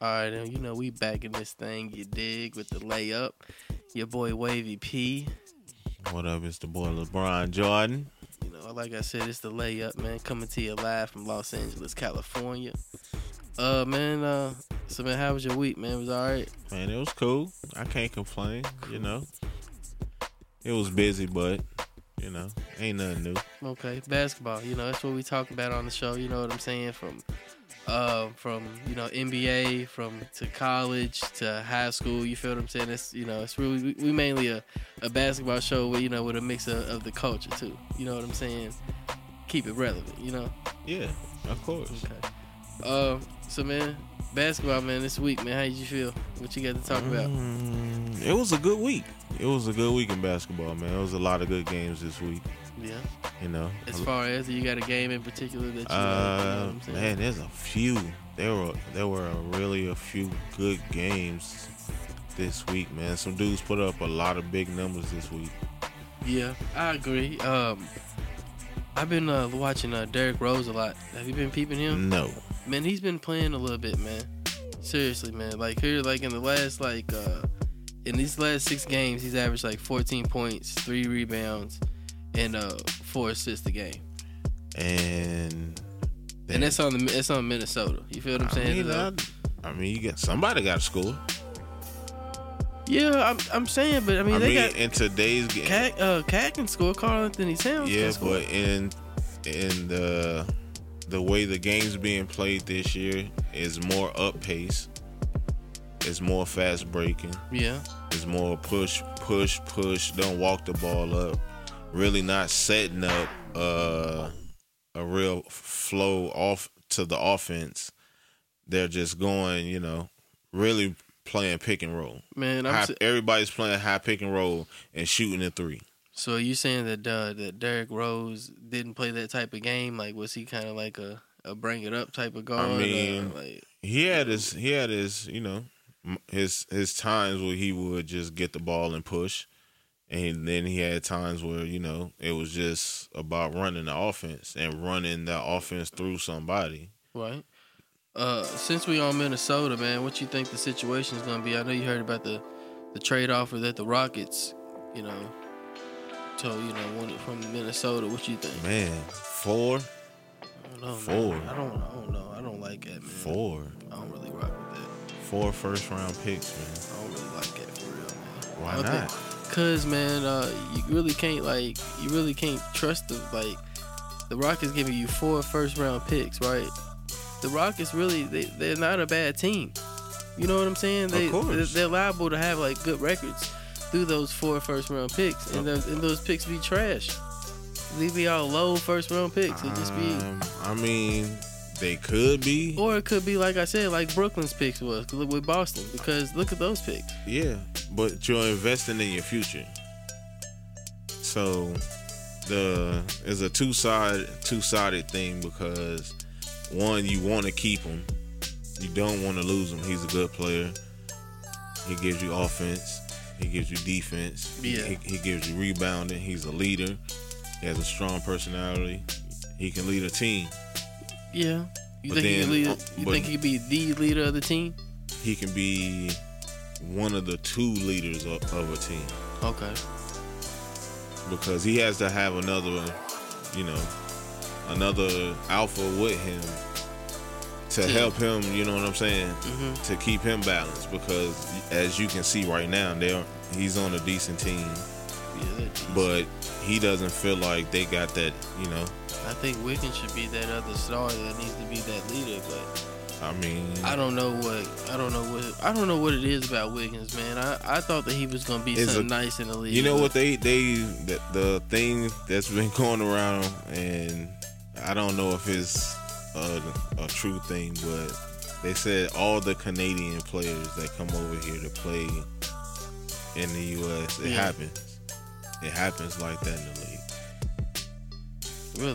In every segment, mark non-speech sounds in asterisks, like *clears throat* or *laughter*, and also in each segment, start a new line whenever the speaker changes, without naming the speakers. All right, now you know we back in this thing. You dig with the layup. Your boy Wavy P.
What up? It's the boy LeBron Jordan.
You know, like I said, it's the layup, man. Coming to you live from Los Angeles, California. Uh, man. Uh, so man, how was your week, man? It was all right.
Man, it was cool. I can't complain. You know, it was busy, but you know, ain't nothing new.
Okay, basketball. You know, that's what we talk about on the show. You know what I'm saying? From, uh, from you know NBA, from to college to high school. You feel what I'm saying? It's you know, it's really we, we mainly a, a basketball show. With, you know, with a mix of, of the culture too. You know what I'm saying? Keep it relevant. You know.
Yeah, of course.
Okay. Uh, so man, basketball man, this week man, how did you feel? What you got to talk about?
Mm, it was a good week. It was a good week in basketball, man. It was a lot of good games this week.
Yeah.
You know,
As far as you got a game in particular that you,
uh,
like, you know what I'm
man,
saying?
there's a few. There were there were really a few good games this week, man. Some dudes put up a lot of big numbers this week.
Yeah, I agree. Um, I've been uh, watching uh, Derrick Rose a lot. Have you been peeping him?
No,
Man, he's been playing a little bit, man. Seriously, man. Like here, like in the last like uh, in these last six games, he's averaged like 14 points, three rebounds, and uh, four assists a game.
and
And that's on the that's on Minnesota. You feel what I'm
I
saying?
mean,
Uh,
I, I mean, you got somebody got to score.
yeah, I'm, I'm saying, but I mean
I
they
mean, eh.
got
in today's game,
Cat uh Cat can score, Carl Anthony Towns
yeah,
can score.
but in in the the way the game's being played this year is more up pace. It's more fast breaking.
Yeah.
It's more push, push, push. Don't walk the ball up. Really not setting up uh, a real flow off to the offense. They're just going, you know, really playing pick and roll.
Man, I'm
High,
s-
everybody's playing high pick and roll and shooting a three.
so are you saying that uh, that Derrick Rose didn't play that type of game? Like was he kind of like a, a bring it up type of guard? or,
mean-
like
He had his, he had his, you know, m- his his times where he would just get the ball and push, and then he had times where you know it was just about running the offense and running the offense through somebody.
right. Uh, since we on Minnesota, man, what you think the situation is gonna be? I know you heard about the the trade offer that the Rockets, you know, to you know wanted from Minnesota. What you think?
Man, four,
I don't know, man.
Four.
I don't. I don't know. I don't like that, man.
four,
I don't really rock with that.
four first round picks, man.
I don't really like that for real, man.
Why
I don't
not?
think- Cause man, uh, you really can't like you really can't trust the like the Rockets giving you four first round picks, right? The Rockets really they they're not a bad team. You know what I'm saying? They
course.
they're, they're liable to have like good records through those four first round picks, and those and those picks be trash. They be all low first round picks. It just be.
Um, I mean, they could be.
Or it could be like I said, like Brooklyn's picks was look with Boston, because look at those picks.
Yeah, but you're investing in your future. So the it's a two side two sided thing because one you want to keep him, you don't want to lose him. He's a good player. He gives you offense. He gives you defense. He-
Yeah.
He, he gives you rebounding. He's a leader. He has a strong personality. He can lead a team.
Yeah. You
But
think he
then-
could lead,
uh,
you
but-
think he'd be the leader of the team?
He can be one of the two leaders of, of a team.
Okay.
because he has to have another, you know, another alpha with him to
To-
help him. You know what I'm saying?
hmm
To keep him balanced, because as you can see right now, they're he's on a decent team,
Yeah, that-
but he doesn't feel like they got that. You know,
I think Wiggins should be that other star that needs to be that leader, but
I mean,
I don't know what I don't know what I don't know what it is about Wiggins, man. I, I thought that he was gonna be
It's
something
a-
nice in the league.
you know
but
what they they the, the thing that's been *laughs* going around, and I don't know if it's a, a true thing, but they said all the Canadian players that come over here to play in the U.S. It
Yeah.
happens. It happens like that in the league.
really.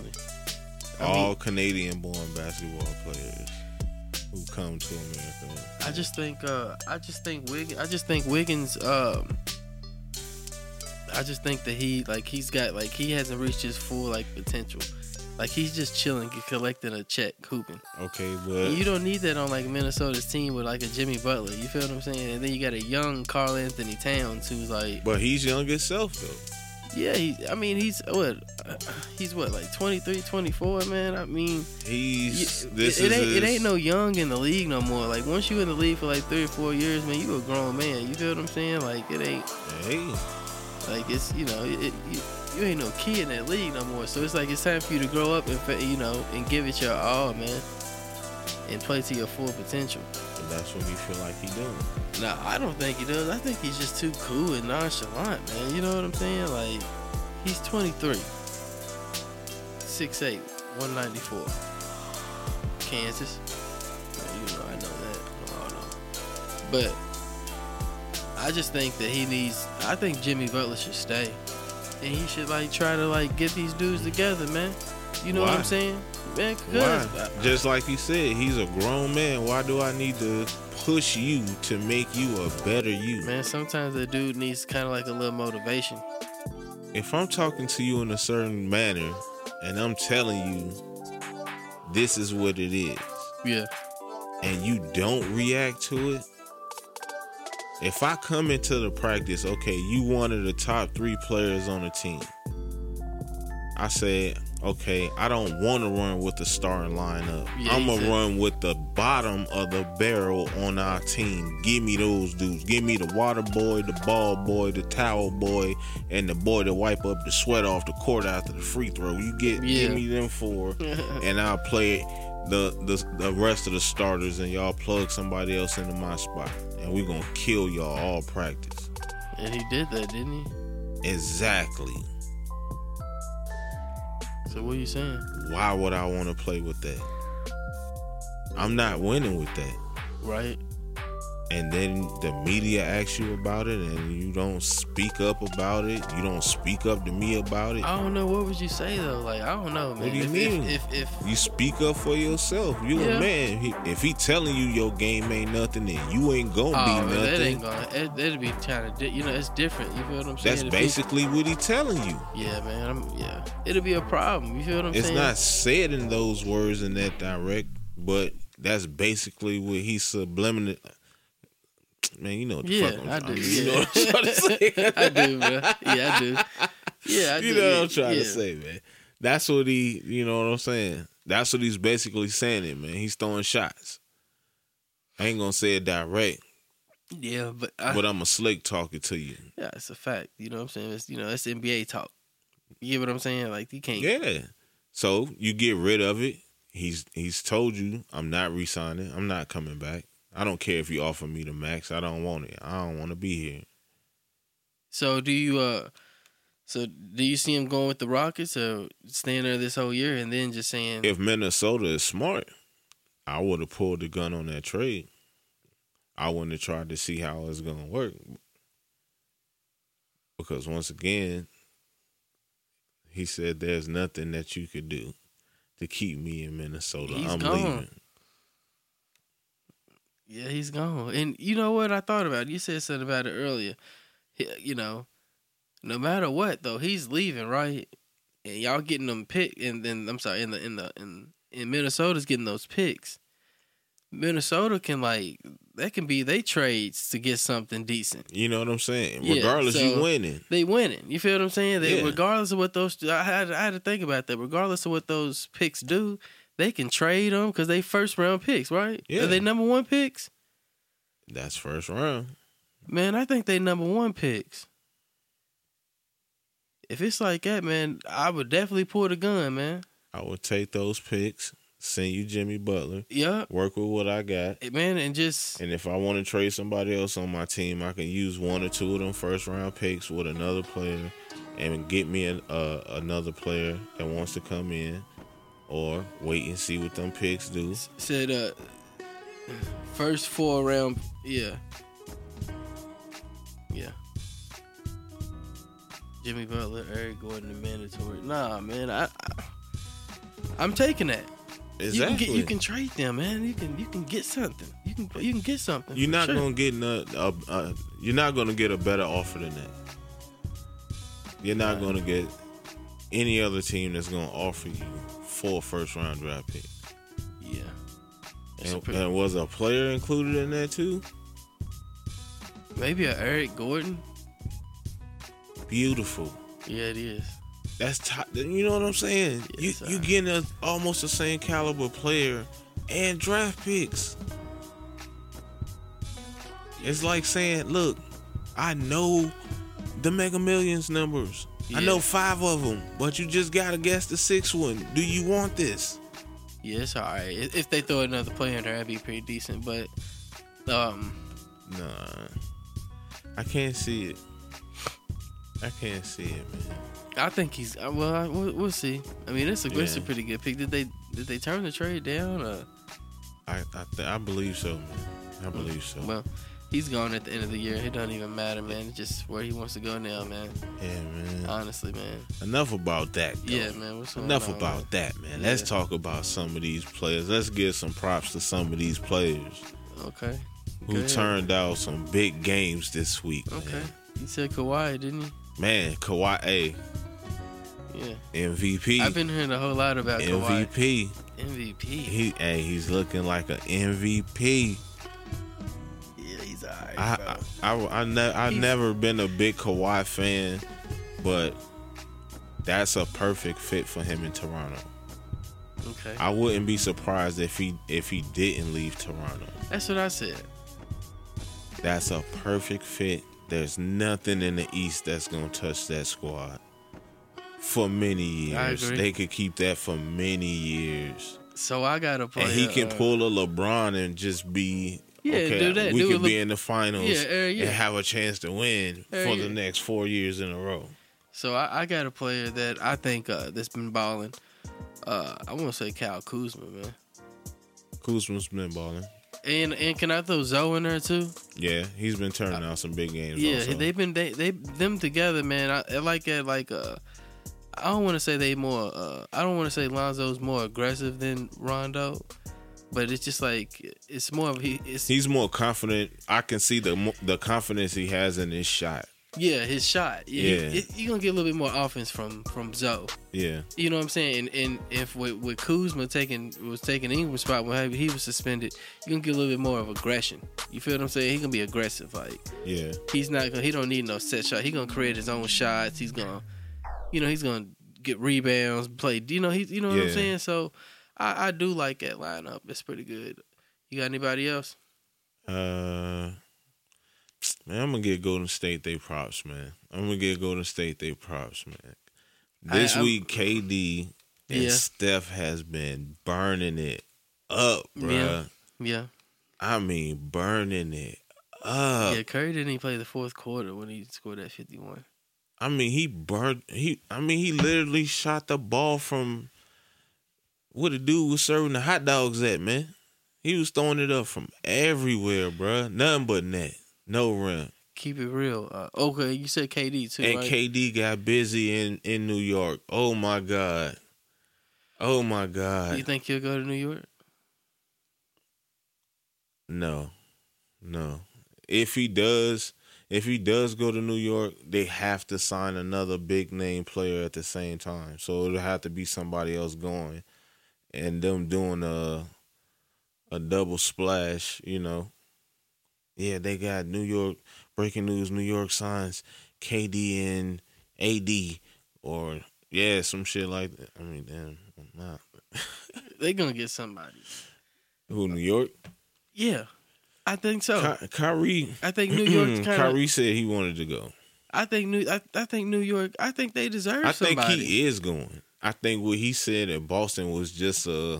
I mean-
all Canadian-born basketball players who come to America.
I just think uh I just think Wiggins I just think Wiggins um I just think that he like he's got like he hasn't reached his full like potential. Like he's just chilling, collecting a check, hooping.
Okay, but
You don't need that on like Minnesota's team with like a Jimmy Butler. You feel what I'm saying? And then you got a young Carl Anthony Towns who's like,
but he's young himself though.
yeah, he, I mean, he's what? He's what, like 23, 24, man? I mean,
He's
you-
this
it, it
is
ain't,
his,
it ain't no young in the league no more. Like once you in the league for like three or four years, man, you a grown man. You feel what I'm saying? Like it ain't
Hey,
like it's you know it, you, you ain't no kid in that league no more. So it's like it's time for you to grow up and fa- you know and give it your all, man, and play to your full potential.
and that's what you feel like he doing.
No, I don't think he does. I think he's just too cool and nonchalant, man. You know what I'm saying? Like, he's 23, 6'8, 194. Kansas. Man, you know, I know that. I don't know. But I just think that he needs, I think Jimmy Butler should stay. And he should, like, try to, like, get these dudes together, man. You know what
Why?
I'm saying? Man,
Why?
because.
Just like you said, he's a grown man. Why do I need to push you to make you a better you?
Man, sometimes a dude needs kind of like a little motivation.
If I'm talking to you in a certain manner and I'm telling you this is what it is
Yeah. *laughs*
and you don't react to it, if I come into the practice, okay, you one of the top three players on the team. I said, okay, I don't want to run with the starting lineup.
Yeah,
I'm
he
going
said-
to run with the bottom of the barrel on our team. Give me those dudes. Give me the water boy, the ball boy, the towel boy, and the boy to wipe up the sweat off the court after the free throw. You get
Yeah.
give me them four, and I'll play the, the the rest of the starters, and y'all plug somebody else into my spot, and we're gonna kill y'all all practice.
And he did that, didn't he?
Exactly.
So what are you saying?
Why would I want to play with that? I'm not winning with that.
Right?
and then the media asks you about it and you don't speak up about it you don't speak up to me about it
I don't know. What would you say though? Like I don't know, man.
do you
if,
mean?
If if, if
you speak up for yourself you
Yeah.
a man He- if he telling you your game ain't nothing then you ain't gonna
oh,
be
man, that ain't
nothing
gonna. It, that'd be kind of. Di- you know, it's different. You feel what I'm saying?
that's
If he-
basically what he telling you
yeah, man. I'm, yeah, it'll be a problem. You feel what I'm
it's
saying?
not said in those words in that direct but that's basically what he's subliminal man you know what the
Yeah,
fuck I'm
I
trying-
do.
*laughs* you
yeah.
know what I'm
*laughs*
trying to say
*laughs* I do, man. Yeah, I do. Yeah, I do.
you know what I'm
yeah,
trying
yeah.
to say, man. That's what he, you know what I'm saying. That's what he's basically saying, it man. He's throwing shots. I ain't gonna say it direct,
Yeah, but, I,
but I'm a slick talking to you.
yeah, it's a fact. You know what I'm saying? It's you know, it's NBA talk. You get what I'm saying? Like you can't.
Yeah. So you get rid of it. He's he's told you I'm not resigning. I'm not coming back. I don't care if you offer me the max. I don't want it. I don't want to be here.
So do you uh so do you see him going with the Rockets or staying there this whole year and then just saying
If Minnesota is smart, I would have pulled the gun on that trade. I wouldn't have tried to see how it's gonna work. Because once again, he said there's nothing that you could do to keep me in Minnesota.
He's
I'm
gone.
leaving.
Yeah, he's gone. And you know what I thought about? it. You said something about it earlier. He- You know, no matter what though, he's leaving, right? And y'all getting them pick and then I'm sorry, in the in the in in Minnesota's getting those picks. Minnesota can like that can be they trades to get something decent.
You know what I'm saying?
Yeah,
Regardless,
so-
you winning.
they winning. You feel what I'm saying? They,
Yeah.
Regardless of what those, I had, I had to think about that. Regardless of what those picks do, they can trade them because they first round picks, right?
Yeah.
Are they number one picks?
That's first round.
Man, I think they number one picks. If it's like that, man, I would definitely pull the gun, man.
I would take those picks, send you Jimmy Butler,
Yeah,
work with what I got.
man, and just
And if I want to trade somebody else on my team, I can use one or two of them first round picks with another player and get me an, uh, another player that wants to come in or wait and see what them picks do.
said uh, first four round, yeah, yeah. Jimmy Butler, Eric Gordon, and mandatory. Nah, man, I, I I'm taking that.
Exactly.
You can get, you can trade them, man. You can you can get something. You can you can get something.
you're
for
not
sure.
gonna get no, uh, uh, you're not gonna get a better offer than that. You're not gonna get any other team that's gonna offer you for a first round draft pick.
Yeah. It's a
And,
pretty-
and was a player included in that too?
maybe a Eric Gordon.
Beautiful.
Yeah, it is.
That's top. You know what I'm saying? you
Yes,
you
sir.
getting a, almost the same caliber player and draft picks. It's like saying, look, I know the Mega Millions numbers. I know
Yeah.
five of them, but you just gotta guess the sixth one. Do you want this?
Yeah, it's all right. If if they throw another player in there, that'd be pretty decent. But um,
Nah, I can't see it. I can't see it, man.
I think he's uh, well. I, we'll, we'll see. I mean, it's a it's a
Yeah.
pretty good pick. Did they did they turn the trade down? Or,
I I, th- I believe so, man. I believe so.
well, he's gone at the end of the year. It doesn't even matter, man. It's just where he wants to go now, man.
yeah, man.
Honestly, man.
Enough about that. Though.
uh, Yeah, man. What's going
Oh, Enough
on,
about
man?
that, man. Let's
Yeah.
talk about some of these players. Let's give some props to some of these players
Okay.
who
Go ahead.
turned out some big games this week, man.
Okay. You said Kawhi, didn't you?
Man, Kawhi A,
Yeah.
MVP.
I've been hearing a whole lot about Kawhi.
MVP.
MVP.
He hey, he's looking like an MVP.
Yeah, he's alright.
I I I, I, ne- I
He's-
never been a big Kawhi fan, but that's a perfect fit for him in Toronto.
Okay.
I wouldn't be surprised if he if he didn't leave Toronto.
That's what I said.
That's a perfect fit. There's nothing in the East that's gonna touch that squad for many
I
years.
agree.
They could keep that for many years,
So I gotta play.
and he can
uh,
pull a LeBron and just be
Yeah,
okay.
do that.
We
Do a
could be
Le-
in the finals
Yeah, uh, yeah.
and have a chance to win
Uh,
for
yeah.
the next four years in a row.
So I, I got a player that I think uh, that's been balling. Uh, I want to say Kyle Kuzma, man.
Kuzma's been balling.
And and can I throw Zoe in there too?
Yeah, he's been turning out some big games.
Yeah,
also.
they've been they they them together, man. I, I like that. Like uh, I don't want to say they more. Uh, I don't want to say Lonzo's more aggressive than Rondo, but it's just like it's more of he. It's
he's more confident. I can see the mo- the confidence he has in his shot.
yeah, his shot.
Yeah.
Yeah, you you gonna get a little bit more offense from from Zoe.
Yeah,
You know what I'm saying? And, and if with, with Kuzma taking was taking Ingram's spot when he was suspended, you can get a little bit more of aggression. You feel what I'm saying? He can be aggressive. Like
yeah.
he's not gonna he don't need no set shot. He gonna create his own shots. He's gonna you know he's gonna get rebounds, play. You know he you know what I'm
Yeah.
saying? So I, I do like that lineup. It's pretty good. You got anybody else?
Uh, man, I'm gonna get Golden State they props, man. I'm gonna get Golden State they props, man. This
I- I'm-
week, KD and
Yeah.
Steph has been burning it up, bruh.
Yeah. Yeah,
I mean, burning it up.
yeah. Curry didn't even play the fourth quarter when he scored that 51.
I mean, he burned. He, I mean, he literally shot the ball from where the dude was serving the hot dogs at, man. He was throwing it up from everywhere, bruh. Nothing but net, no rim.
Keep it real. Uh, okay, you said KD too,
and
right?
KD got busy in in New York. Oh my god. Oh my
you
god.
think he'll go to New York?
No. No. If he does, if he does go to New York, they have to sign another big name player at the same time. So it'll have to be somebody else going and them doing a a double splash, you know. Yeah, they got New York breaking news, New York signs KD and AD or yeah, some shit like that. I mean, damn. Nah.
They're gonna get somebody.
Who New York?
Yeah, I think so.
Ky- Kyrie
I think New
*clears throat*
York's kind of.
Kyrie said he wanted to go.
I think New. I, I think New York. I think they deserve
I think
somebody.
he is going. I think what he said at Boston was just uh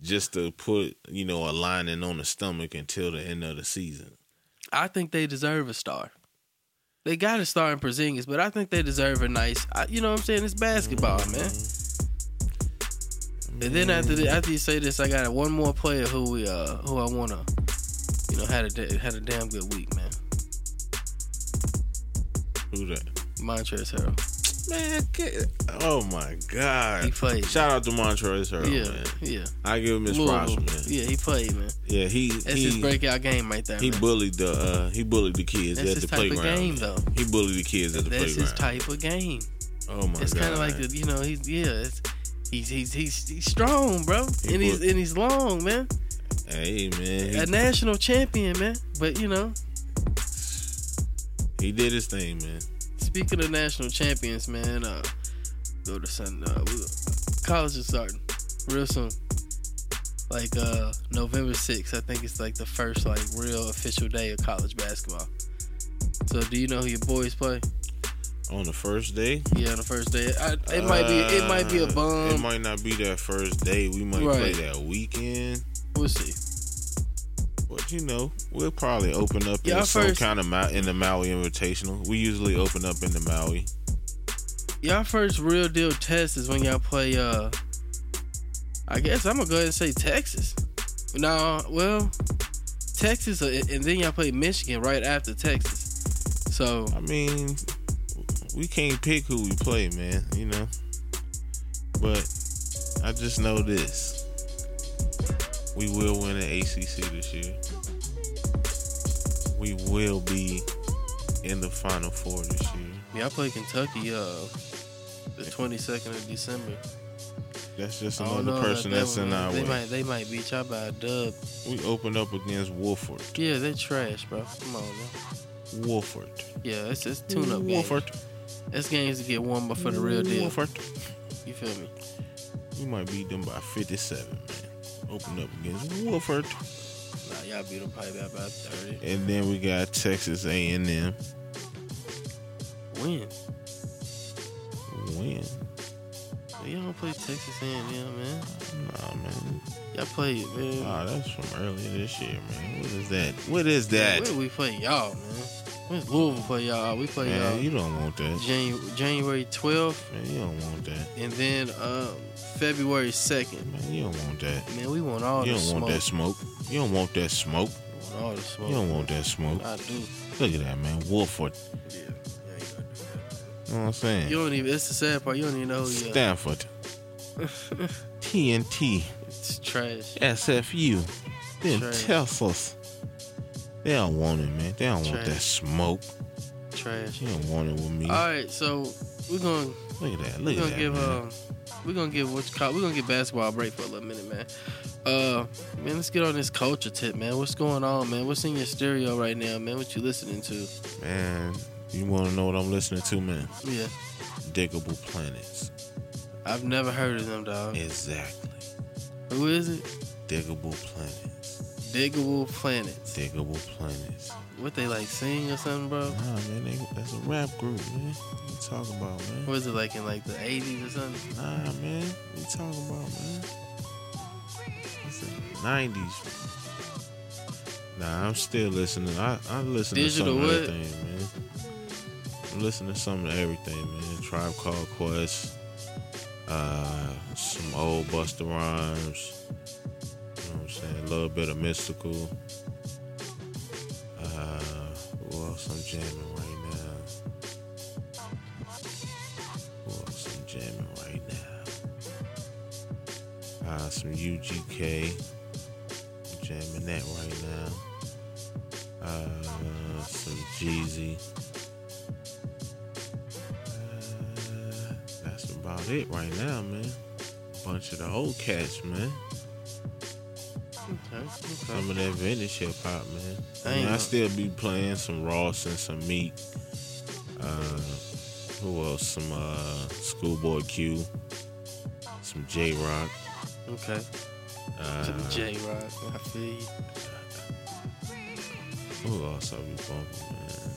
just to put you know a lining on the stomach until the end of the season.
I think they deserve a star. They got a star in Porzingis, but I think they deserve a nice. I, you know what I'm saying? It's basketball, man. And then after the, after you say this, I got one more player who we uh who I wanna, you know, had a da- had a damn good week, man.
Who that?
Montrezl Harrell.
Man, get, oh my
He
god!
played.
Shout out to Montrezl Harrell,
yeah,
man.
yeah.
I give him his props,
Louisville.
man. Yeah,
Yeah, he played, man.
he
That's
he
his breakout game right there.
he
man.
bullied the uh he bullied the kids
That's
at
his
the
type of
playground.
game,
man.
though.
He bullied the kids at the
That's
playground.
his type of game.
Oh my
it's
god!
kind of like the, you know he's yeah. It's, He's he's he's, he's strong, bro,
He
and he's
would.
and he's long, man.
Hey man,
A national champion, man. But you know,
he, he did his thing, man.
speaking of national champions, man, uh, go to Sun. Uh, we- college is starting real soon. Like uh, November 6th, I think it's like the first like real official day of college basketball. So, do you know who your boys play?
On the first day,
Yeah, the first day. I, it might be it might be a
Uh,
bum.
It might not be that first day. We might play
Right.
that weekend.
we'll see.
But you know, we'll probably open up
Y'all
in some
first.
kind of Ma- in the Maui Invitational. We usually open up in the Maui.
Y'all first real deal test is when y'all play. uh I guess I'm gonna go ahead and say Texas. No, well, Texas, uh, and then y'all play Michigan right after Texas. So
I mean, we can't pick who we play, man. You know, but I just know this: we will win an ACC this year. We will be in the Final Four this year.
y'all play Kentucky. Uh, the 22nd of December.
That's just
I don't
another
know
person
about Oh, that
that's
one,
in
man.
our
They
way.
might they might beat y'all by a dub.
We open up against Wolford.
Yeah, they trash, bro. Come on, man.
Wolford.
Yeah, it's it's tune up games.
Mm, Wolford. Mm,
That's games to get won, but for the real deal.
Wolford.
You feel me?
We might beat them by 57, man. Open up against Wolford.
Nah, y'all beat them probably by about 30.
And then we got Texas A&M.
Win.
Win.
Y'all don't play Texas A&M, man.
Nah, man.
Y'all play it, man.
Nah, that's from earlier this year, man. What is that? What is that?
Where we play y'all, man? When's Louisville play y'all? We play
Man,
y'all
you don't want that.
Janu- January 12th
Man, you don't want that.
and then um, February 2nd.
Man, you don't want that.
Man, we want all
You
Oh, the
don't
smoke.
want that smoke. You don't want that smoke.
We want all the smoke.
You don't want that smoke.
I do.
Look at that, man. Wolford.
Yeah. yeah you, gotta do
You know what I'm saying?
that. you don't even, it's the sad part. You don't even know who uh, you are. *laughs*
Stanford, TNT,
It's trash.
SFU, then
Trash.
Texas. They don't want it, man. They don't want
Trash.
that smoke.
Trash.
She don't want it with me.
All right, so we're going to
Look at that. Look
We're
at
gonna
that.
give
man.
um we're gonna give what you call we're gonna give basketball a break for a little minute, man. Uh man, let's get on this culture tip, man. What's going on, man? What's in your stereo right now, man? What you listening to?
man, you want to know what I'm listening to, man?
Yeah.
Diggable Planets.
I've never heard of them dog.
Exactly.
Who is it?
Diggable Planets.
Diggable Planets.
Diggable Planets.
What they like sing or something, bro?
Nah, man, they, that's a rap group, man. What you talking about, man?
Was it like in like the eighties or something?
Nah, man. What you talking about, man? It's the 90s. Nah, I'm still listening. I, I listen
Digital
to some of
what?
everything, man. I'm listening to some of everything, man. Tribe Called Quest, uh, some old Buster Rhymes. You know what I'm saying? A little bit of Mystical. Uh, who else I'm jamming right now? Who else I'm jamming right now? Uh, some UGK. I'm jamming that right now. Uh, some Jeezy. Uh, that's about it right now, man. Bunch of the old cats, man.
Okay, okay.
Some of that vintage hip hop, man. I,
I
mean,
ain't
I
know.
still be playing some Ross and some Meek. Uh, who else? Some uh, Schoolboy Q. Some J Rock.
Okay.
Uh,
To the J Rock. I feel you.
Who else I be bumping, man?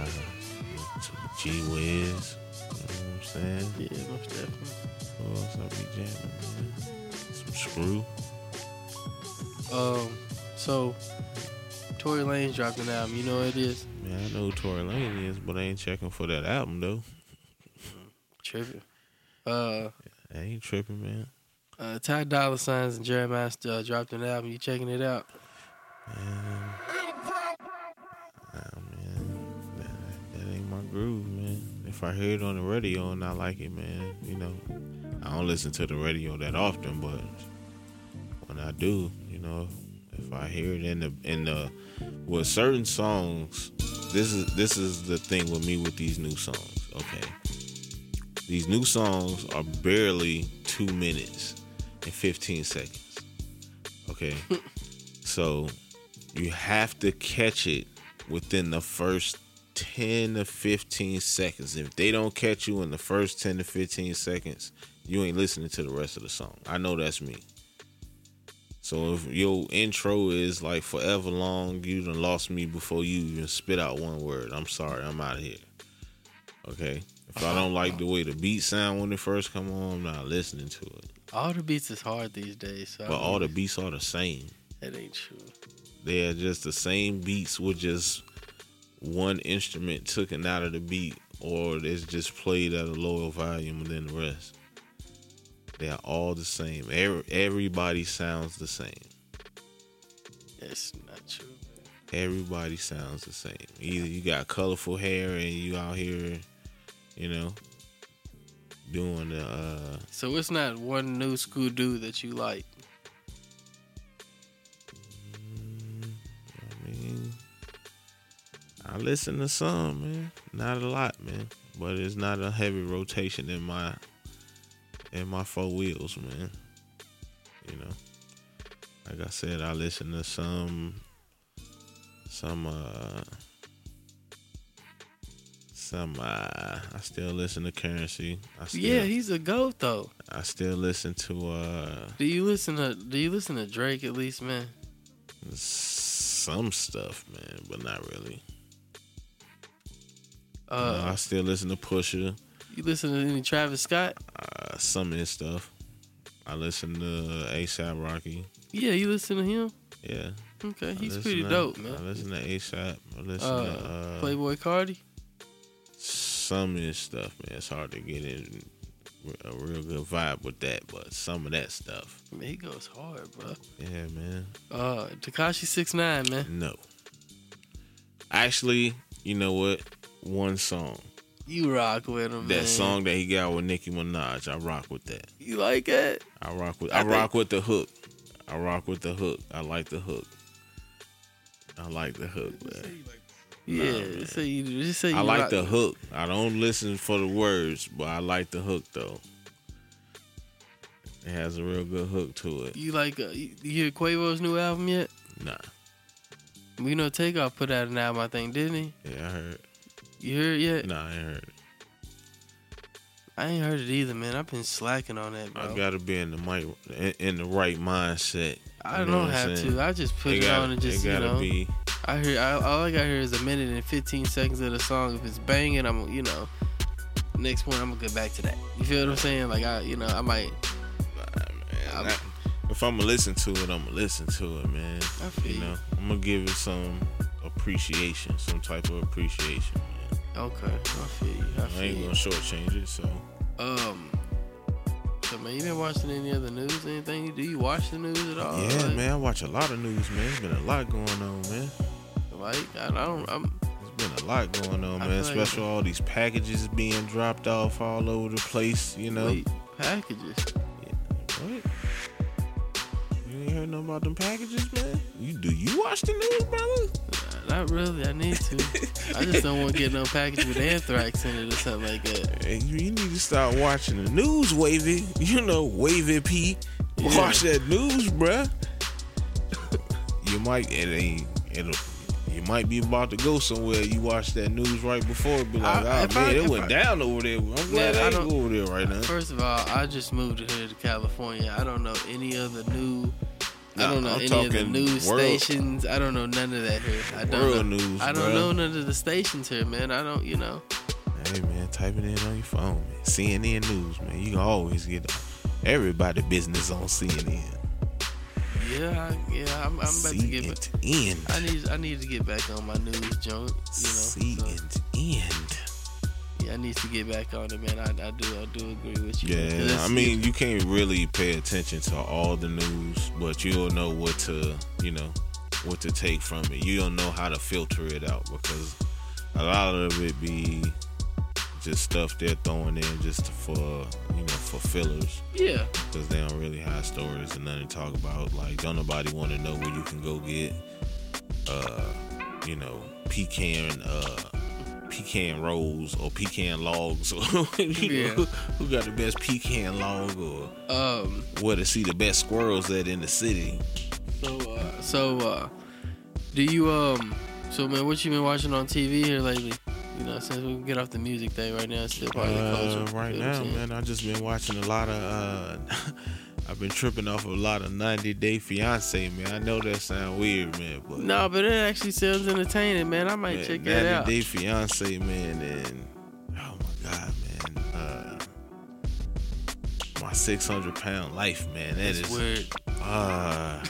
Uh, G Wiz. Uh, You know what I'm saying?
Yeah, most definitely.
Who else I be jamming, man? Some Screw.
Um so Tory Lane's dropped an album, you know what it is?
Man, I know who Tory Lane is, but I ain't checking for that album, though.
Tripping. Uh,
I ain't tripping, man.
uh, Ty Dolla Signs and Jeremiah uh, dropped an album. You checking it out?
Man. Nah, man. Nah, that ain't my groove, man. If I hear it on the radio and I like it, man, you know, I don't listen to the radio that often, but when I do, you know, if I hear it in the in the with certain songs, this is this is the thing with me with these new songs. Okay, These new songs are barely two minutes and 15 seconds. Okay. so you have to catch it within the first 10 to 15 seconds. If they don't catch you in the first 10 to 15 seconds, you ain't listening to the rest of the song. I know that's me. So if your intro is like forever long, you done lost me before you even spit out one word. I'm sorry, I'm out of here. Okay. If I don't like the way the beat sound when it first come on, I'm not listening to it.
All the beats is hard these days. So I
But all the
mean,
beats are the same.
that ain't true.
They are just the same beats with just one instrument taken out of the beat, or it's just played at a lower volume than the rest. They are all the same. Every, everybody sounds the same.
That's not true.
Everybody sounds the same. Either you got colorful hair and you out here, you know, doing the. Uh,
So it's not one new school dude that you like.
I mean, I listen to some, man. Not a lot, man. But it's not a heavy rotation in my in my four wheels, man. You know. Like I said, I listen to some some uh some uh I still listen to currency. I still
Yeah, he's a goat though.
I still listen to uh
Do you listen to Do you listen to Drake at least, man?
some stuff, man, but not really.
Uh,
I still listen to Pusher.
You listen to any Travis Scott?
uh, some of his stuff. I listen to ASAP Rocky.
Yeah, you listen to him.
Yeah,
Okay,
I
he's
listen
pretty
to-
dope,
I
man.
listen to ASAP. I listen
Uh,
to uh,
Playboy Cardi.
some of his stuff, man. It's hard to get in a real good vibe with that, but some of that stuff.
Man, he goes hard, bro.
Yeah, man.
Uh, Takashi six nine, man.
No. Actually, you know what? One song.
You rock with him.
That
man.
song that he got with Nicki Minaj, I rock with that.
You like it?
I rock with
I
I,
think-
rock with the hook. I rock with the hook. I like the hook. I like the hook, man.
yeah.
man.
Just say you. Just say you
I like
rock-
the hook. I don't listen for the words, but I like the hook though. It has a real good hook to it.
You like? Uh, you you hear Quavo's new album yet?
Nah.
We know Takeoff put out an album, I think, didn't he?
Yeah, I heard.
You hear it yet?
Nah, I ain't heard. it.
I ain't heard it either, man. I've been slacking on that, bro.
I gotta be in the mic, in, in the right mindset.
I
You know
don't
what I'm
have
saying?
to. I just put
It
it,
gotta,
on and just
it
you
gotta
know.
be.
I hear I, all I got here is a minute and 15 seconds of the song. If it's banging, I'm you know, next one I'm gonna get back to that. You feel what I'm saying? Like I, you know, I might.
Nah, man,
I'm-
I- if I'm gonna listen to it, I'm gonna listen to it, man.
I feel
You
you.
know, I'm gonna give it some appreciation, some type of appreciation. Man.
Okay, I feel you. I
I
feel
ain't
you.
gonna shortchange it, so
Um, so man, you been watching any other news? Anything? Do you watch the news at all?
yeah,
like,
man. I watch a lot of news, man. There's been a lot going on, man.
Like I don't. I'm.
There's been a lot going on,
I
man.
feel like-
Especially all these packages being dropped off all over the place. You know,
Wait, packages.
what? You ain't heard nothing about them packages, man. You do you watch the news, brother?
Nah, Not really. I need to. I just don't want to get no package with anthrax in it or something like that.
Hey, you you need to start watching the news, Wavy. *laughs* You know, Wavy P.
Yeah.
Watch that news, bruh. you might it ain't it'll you might be about to go somewhere. You watch that news right before, be like,
I-
oh
if I-
man,
if
it went
I-
down over there. I'm glad
Yeah, I
I ain't
don't-
over there right now.
First of all, I just moved here to California. I don't know any other new. I don't know
Nah,
any
I'm
of the
talking
news
world-
stations. I don't know none of that here. I don't
World
know.
news,
I don't
bruh.
know none of the stations here, man. I don't, you know.
Hey man, type it in on your phone, man. CNN news, man. You can always get everybody business on CNN.
Yeah, I, yeah. I'm, I'm about to get. back-
CNN.
I need, I need to get back on my news junk. You know. So,
CNN.
yeah, I need to get back on it, man. I, I do, I do agree with you. man, 'cause
Yeah,
it's-
I mean, you can't really pay attention to all the news, but you'll know what to, you know, what to take from it. You don't know how to filter it out because a lot of it be just stuff they're throwing in just for, you know, for fillers
yeah,
because they don't really have stories and nothing to talk about. Like, don't nobody want to know where you can go get, uh, you know, pecan, uh, pecan rolls or pecan logs or *laughs* you
Yeah.
know, who got the best pecan log or
Um,
where to see the best squirrels at in the city.
so, uh, so, uh, do you, um, so, man, what you been watching on TV here lately? You know, since we can get off the music thing right now, it's still part of the
Uh,
culture.
right
You know what
now,
I'm saying?
man, I just been watching a lot of. Uh, *laughs* I've been tripping off a lot of 90 Day Fiance, man. I know that sound weird, man, but
No, but it actually sounds entertaining, man. I might
man,
check
90
that out.
Day Fiance, man, and oh my god, man, uh, my 600 pound life, man. That
It's
is
weird.
ah,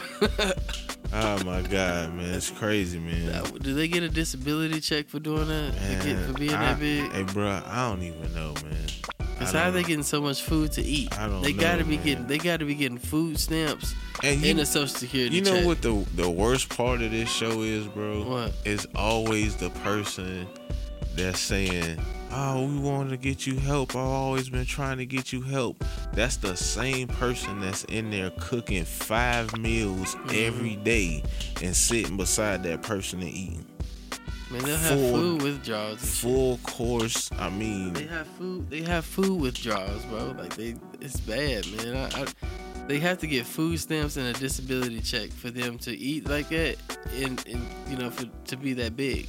oh my god, man, it's crazy, man.
Uh, Do they get a disability check for doing that?
man
To get, for being
I,
that big?
Hey, bro, I don't even know, man. I
Cause how
don't
they
know.
getting so much food to eat?
I don't
they
know,
gotta be
man.
getting. They gotta be getting food stamps
And you-
and a social security.
You know
check.
what the the worst part of this show is, bro?
What?
It's always the person that's saying, "Oh, we want to get you help. I've always been trying to get you help." That's the same person that's in there cooking five meals every
Mm-hmm.
day and sitting beside that person and eating
Man, they'll have
full-
food withdrawals. and shit.
full course. I mean,
They have food. They have food withdrawals, bro. Like they, it's bad, man. I, I, they have to get food stamps and a disability check for them to eat like that, and, and you know for to be that big.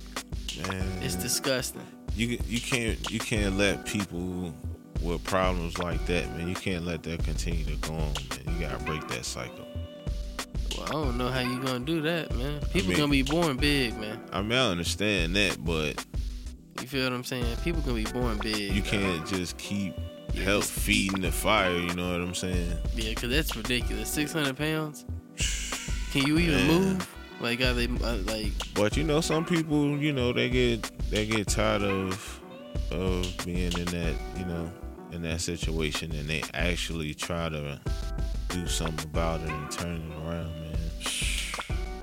man,
It's disgusting.
you you can't you can't let people with problems like that, man. You can't let that continue to go on, man. You gotta break that cycle.
Well, I don't know how you gonna do that, man. People
mean-
gonna be born big, man.
I mean, I understand that, but
You feel what I'm saying? People gonna be born big.
you
bro.
can't just keep
Yeah,
help
just-
feeding the fire. You know what I'm saying?
Yeah, because that's ridiculous. 600
*sighs*
pounds? Can you even
Man.
move? Like, are they, uh, like,
But you know, some people, you know, they get they get tired of of being in that, you know, in that situation, and they actually try to do something about it and turn it around, man.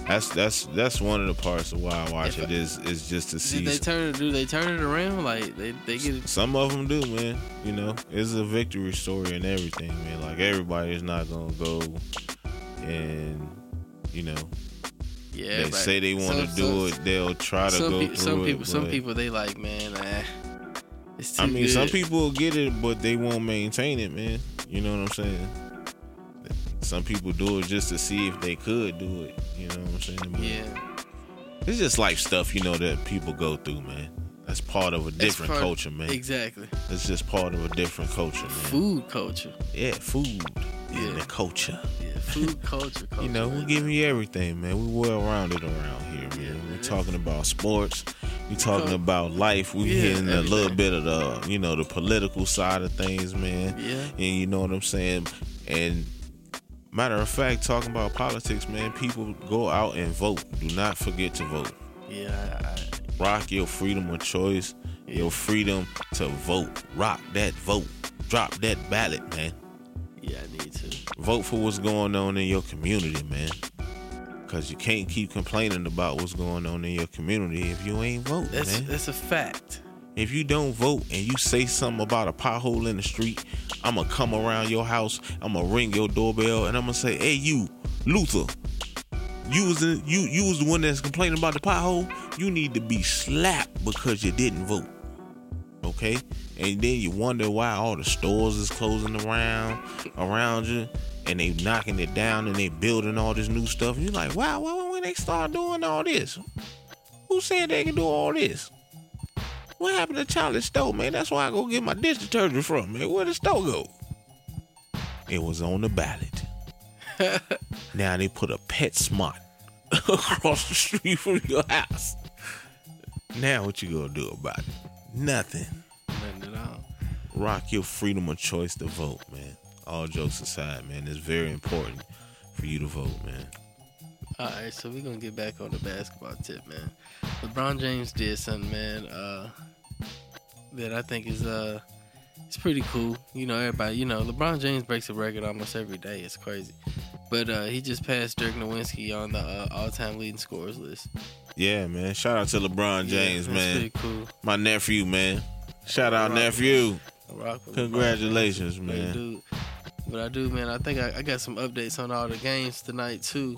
That's that's that's one of the parts of why I watch
If
it is is just to see
did they turn it, do they turn it around? Like, they, they get it.
Some of them do, man. You know, it's a victory story and everything, man. Like everybody's not gonna go and you know
Yeah,
they
everybody-
say they want to
some-
do
some-
it. They'll try to
Some,
go
peo-
through
some
it.
people, some
but-
people, they like, man, eh, it's too
I mean,
good.
some people will get it, but they won't maintain it, man. You know what I'm saying? Some people do it just to see if they could do it. You know what I'm saying? But
yeah,
It's just life stuff, you know, that people go through, man. That's part of a different
part-
culture, man.
exactly.
It's just part of a different culture, man.
Food culture.
Yeah, food
Yeah.
and the culture.
Yeah, food culture. culture
*laughs* You know, we
man.
giving you everything, man. We well rounded around here, man.
Yeah, man,
We're
that's-
talking about sports. We talking
talk-
about life. We
Yeah,
hitting a little
everything.
bit of the, you know, the political side of things, man.
Yeah.
And you know what I'm saying. And matter of fact, talking about politics, man. People go out and vote. Do not forget to vote.
Yeah, I, I,
Rock your freedom of choice. Your freedom to vote. Rock that vote. Drop that ballot, man
yeah, I need to.
vote for what's going on in your community, man. Cause you can't keep complaining about what's going on in your community if you ain't vote,
That's
man.
that's a fact.
If you don't vote and you say something about a pothole in the street, I'ma come around your house, I'ma ring your doorbell, and I'ma say, "Hey, you, Luther, you was the, you you was the one that's complaining about the pothole. You need to be slapped because you didn't vote." okay? And then you wonder why all the stores is closing around around you, and they knocking it down and they building all this new stuff. And you're like, wow, why when they start doing all this? Who said they can do all this? What happened to Charlie Stove, man? That's why I go get my dish detergent from, man. Where did Stove go? It was on
*laughs*
the ballot. now they put a pet smart *laughs* across the street from your house. Now what you gonna do about it? Nothing
Nothing at all.
rock your freedom of choice to vote, man. All jokes aside, man, it's very important for you to vote, man.
All right, so we're gonna get back on the basketball tip, man. LeBron James did something, man, uh, that I think is uh, it's pretty cool. You know, everybody, you know, LeBron James breaks a record almost every day. It's crazy, but uh, he just passed Dirk Nowitzki on the uh, all-time leading scorers list.
Yeah, man. Shout out to LeBron James,
Yeah, that's
man.
pretty cool.
My nephew, man. Shout out,
Rock.
nephew.
I rock with LeBron.
Congratulations,
Great
man.
dude. But I do, man. I think I, I got some updates on all the games tonight too.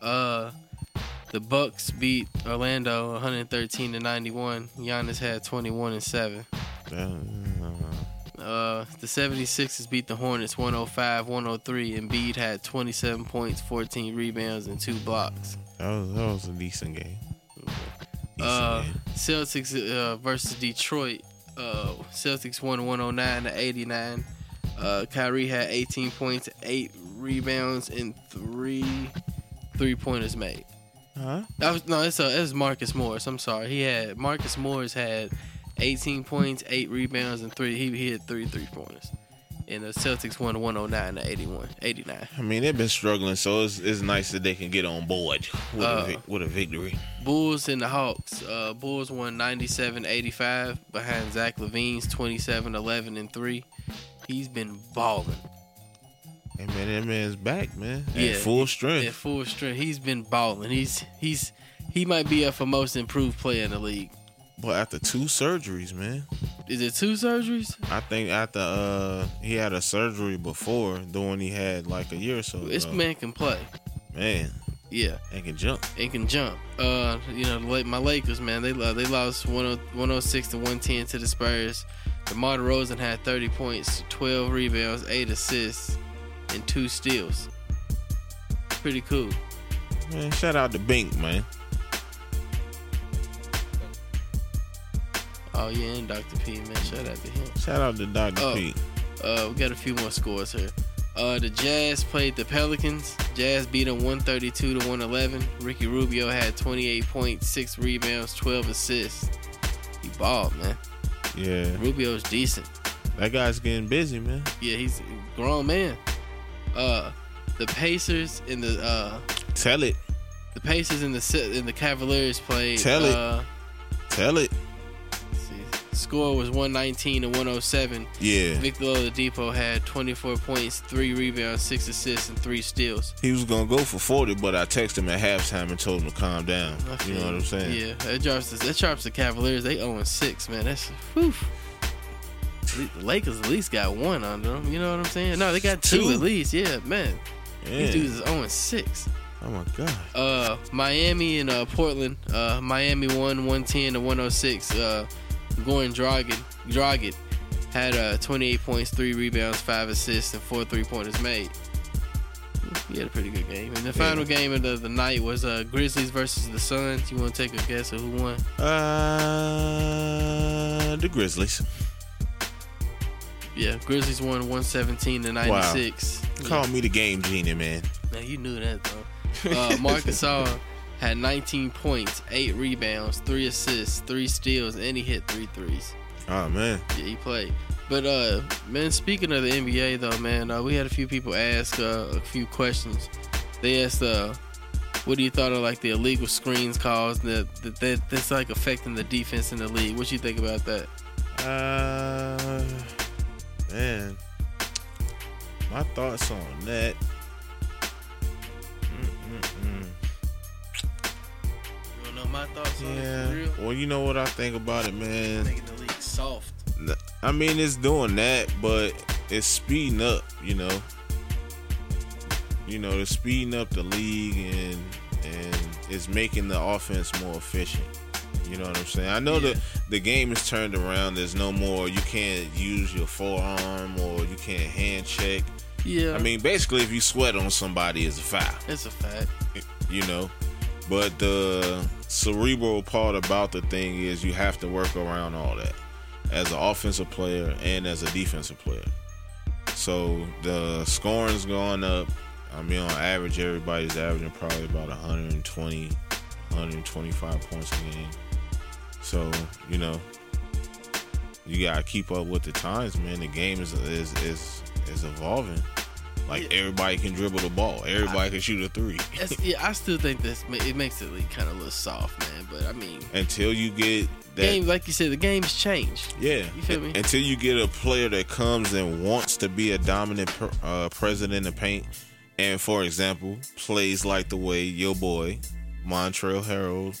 Uh, The Bucks beat Orlando 113 to 91. Giannis had 21 and 7. Uh, the 76ers beat the Hornets 105 103. Embiid had 27 points, 14 rebounds, and two blocks.
That was, that was a decent game. Decent
Uh,
game.
Celtics uh, versus Detroit. Uh, Celtics won 109 to 89. Uh, Kyrie had 18 points, 8 rebounds, and 3 three pointers made.
Huh?
That was no, it's uh, it was Marcus Morris. I'm sorry. He had Marcus Morris had 18 points, 8 rebounds, and 3 he, he hit 3 three pointers. And the Celtics won 109 to 81, 89.
I mean, they've been struggling, so it's, it's nice that they can get on board with,
Uh,
a, vic- with a victory.
Bulls and the Hawks. Uh, Bulls won 97-85 behind Zach Levine's 27-11 and 3. He's been balling
Hey, man, that man's back, man. At
Yeah.
full
at
strength.
full strength. He's been balling. He's he's he might be up for most improved player in the league.
But after two surgeries, man.
Is it two surgeries?
I think after uh he had a surgery before, the one he had like a year or so
This
ago.
man can play.
Man,
Yeah.
they can jump.
and can jump. Uh, you know, the La- my Lakers, man, they lo- they lost oh, 10 106 to 110 to the Spurs. DeMar DeRozan had 30 points, 12 rebounds, 8 assists, and 2 steals. Pretty cool.
Man, shout out to Bink, man.
Oh, yeah, and Dr. P, man, shout out to him.
Shout out to Dr.
Oh.
Pete.
Uh, we got a few more scores here. Uh, the Jazz played the Pelicans. Jazz beat them 132 to 111. Ricky Rubio had 28 points, 6 rebounds, 12 assists. He balled, man.
Yeah.
Rubio's decent.
That guy's getting busy, man.
Yeah, he's a grown man. Uh, the Pacers and the uh,
Tell it.
the Pacers and the Se- and the Cavaliers played.
Tell it.
uh,
Tell it.
let's see. Score was 119 to 107.
Yeah.
Victor Oladipo had 24 points, three rebounds, six assists, and three steals.
He was gonna go for 40, but I texted him at halftime and told him to calm down.
I
You
feel-
know what I'm saying?
Yeah, that drops the, that drops the Cavaliers. They 0 six, man. That's whew. The Lakers at least got one under them. You know what I'm saying? No, they got two,
Two.
at least. Yeah, man. These
Yeah.
dudes is 0 six.
Oh my god.
uh, Miami and uh, Portland. Uh, Miami won 110 to 106. Uh, Goran Dragic, Dragic had uh, 28 points, three rebounds, five assists, and four three pointers made. He had a pretty good game. And the final game of the, the night was uh, Grizzlies versus the Suns. You want to take a guess at who won?
Uh, the Grizzlies.
Yeah, Grizzlies won 117 to 96.
Call me the game genie, man.
Now you knew that though. Uh,
*laughs*
Marcus had 19 points, eight rebounds, three assists, three steals, and he hit three threes.
Oh man.
Yeah, he played. But uh, man, speaking of the NBA though, man, uh, we had a few people ask uh, a few questions. They asked, uh, "What do you thought of like the illegal screens calls that that, that that's like affecting the defense in the league? What you think about that?"
Uh, man. My thoughts on that. Mm-mm-mm.
You don't know my thoughts
Yeah. Well, you know what I think about it, man.
Making the league soft.
I mean, it's doing that, but it's speeding up. You know, you know, it's speeding up the league, and and it's making the offense more efficient. You know what I'm saying? I know
Yeah.
the the game is turned around. There's no more. You can't use your forearm, or you can't hand check.
Yeah.
I mean, basically, if you sweat on somebody, it's a foul
it's a fact.
you know. But the cerebral part about the thing is you have to work around all that as an offensive player and as a defensive player. So the scoring's gone up. I mean, on average, everybody's averaging probably about 120, 125 points a game. So you know, you gotta keep up with the times, man. The game is is is, is evolving. Like
Yeah.
everybody can dribble the ball. Everybody can shoot a three. *laughs*
That's, yeah, I still think this ma- it makes the league kind of a little soft, man. But I mean,
until you get that
game like you said, the game's changed.
yeah
You feel me?
until you get a player that comes and wants to be a dominant pr- uh, president in the paint and for example plays like the way your boy Montreal Harold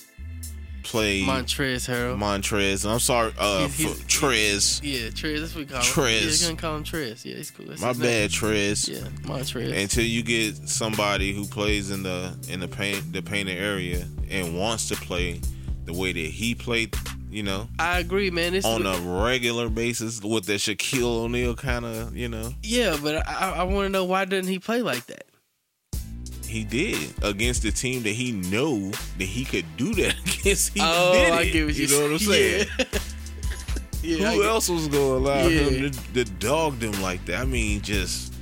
played
Montrez Harrell.
Montrez. I'm sorry, uh,
He's- he's-
for Trez.
yeah, Trez. That's what we call him.
Trez.
Yeah, you're gonna call him Trez. Yeah, he's cool. That's
My
his name.
bad, Trez.
Yeah, Montrez.
Until you get somebody who plays in the in the paint the painted area and wants to play the way that he played, you know,
I agree, man. It's
on a regular basis with the Shaquille O'Neal kind of, you know,
yeah, but I, I want to know why didn't he play like that?
he did against the team that he know that he could do that *laughs* against. He
oh,
did
I
it.
get what *laughs* you,
you know what I'm saying.
Yeah, yeah I
Who
get-
else was gonna allow
Yeah.
him to, to dog them like that? I mean, just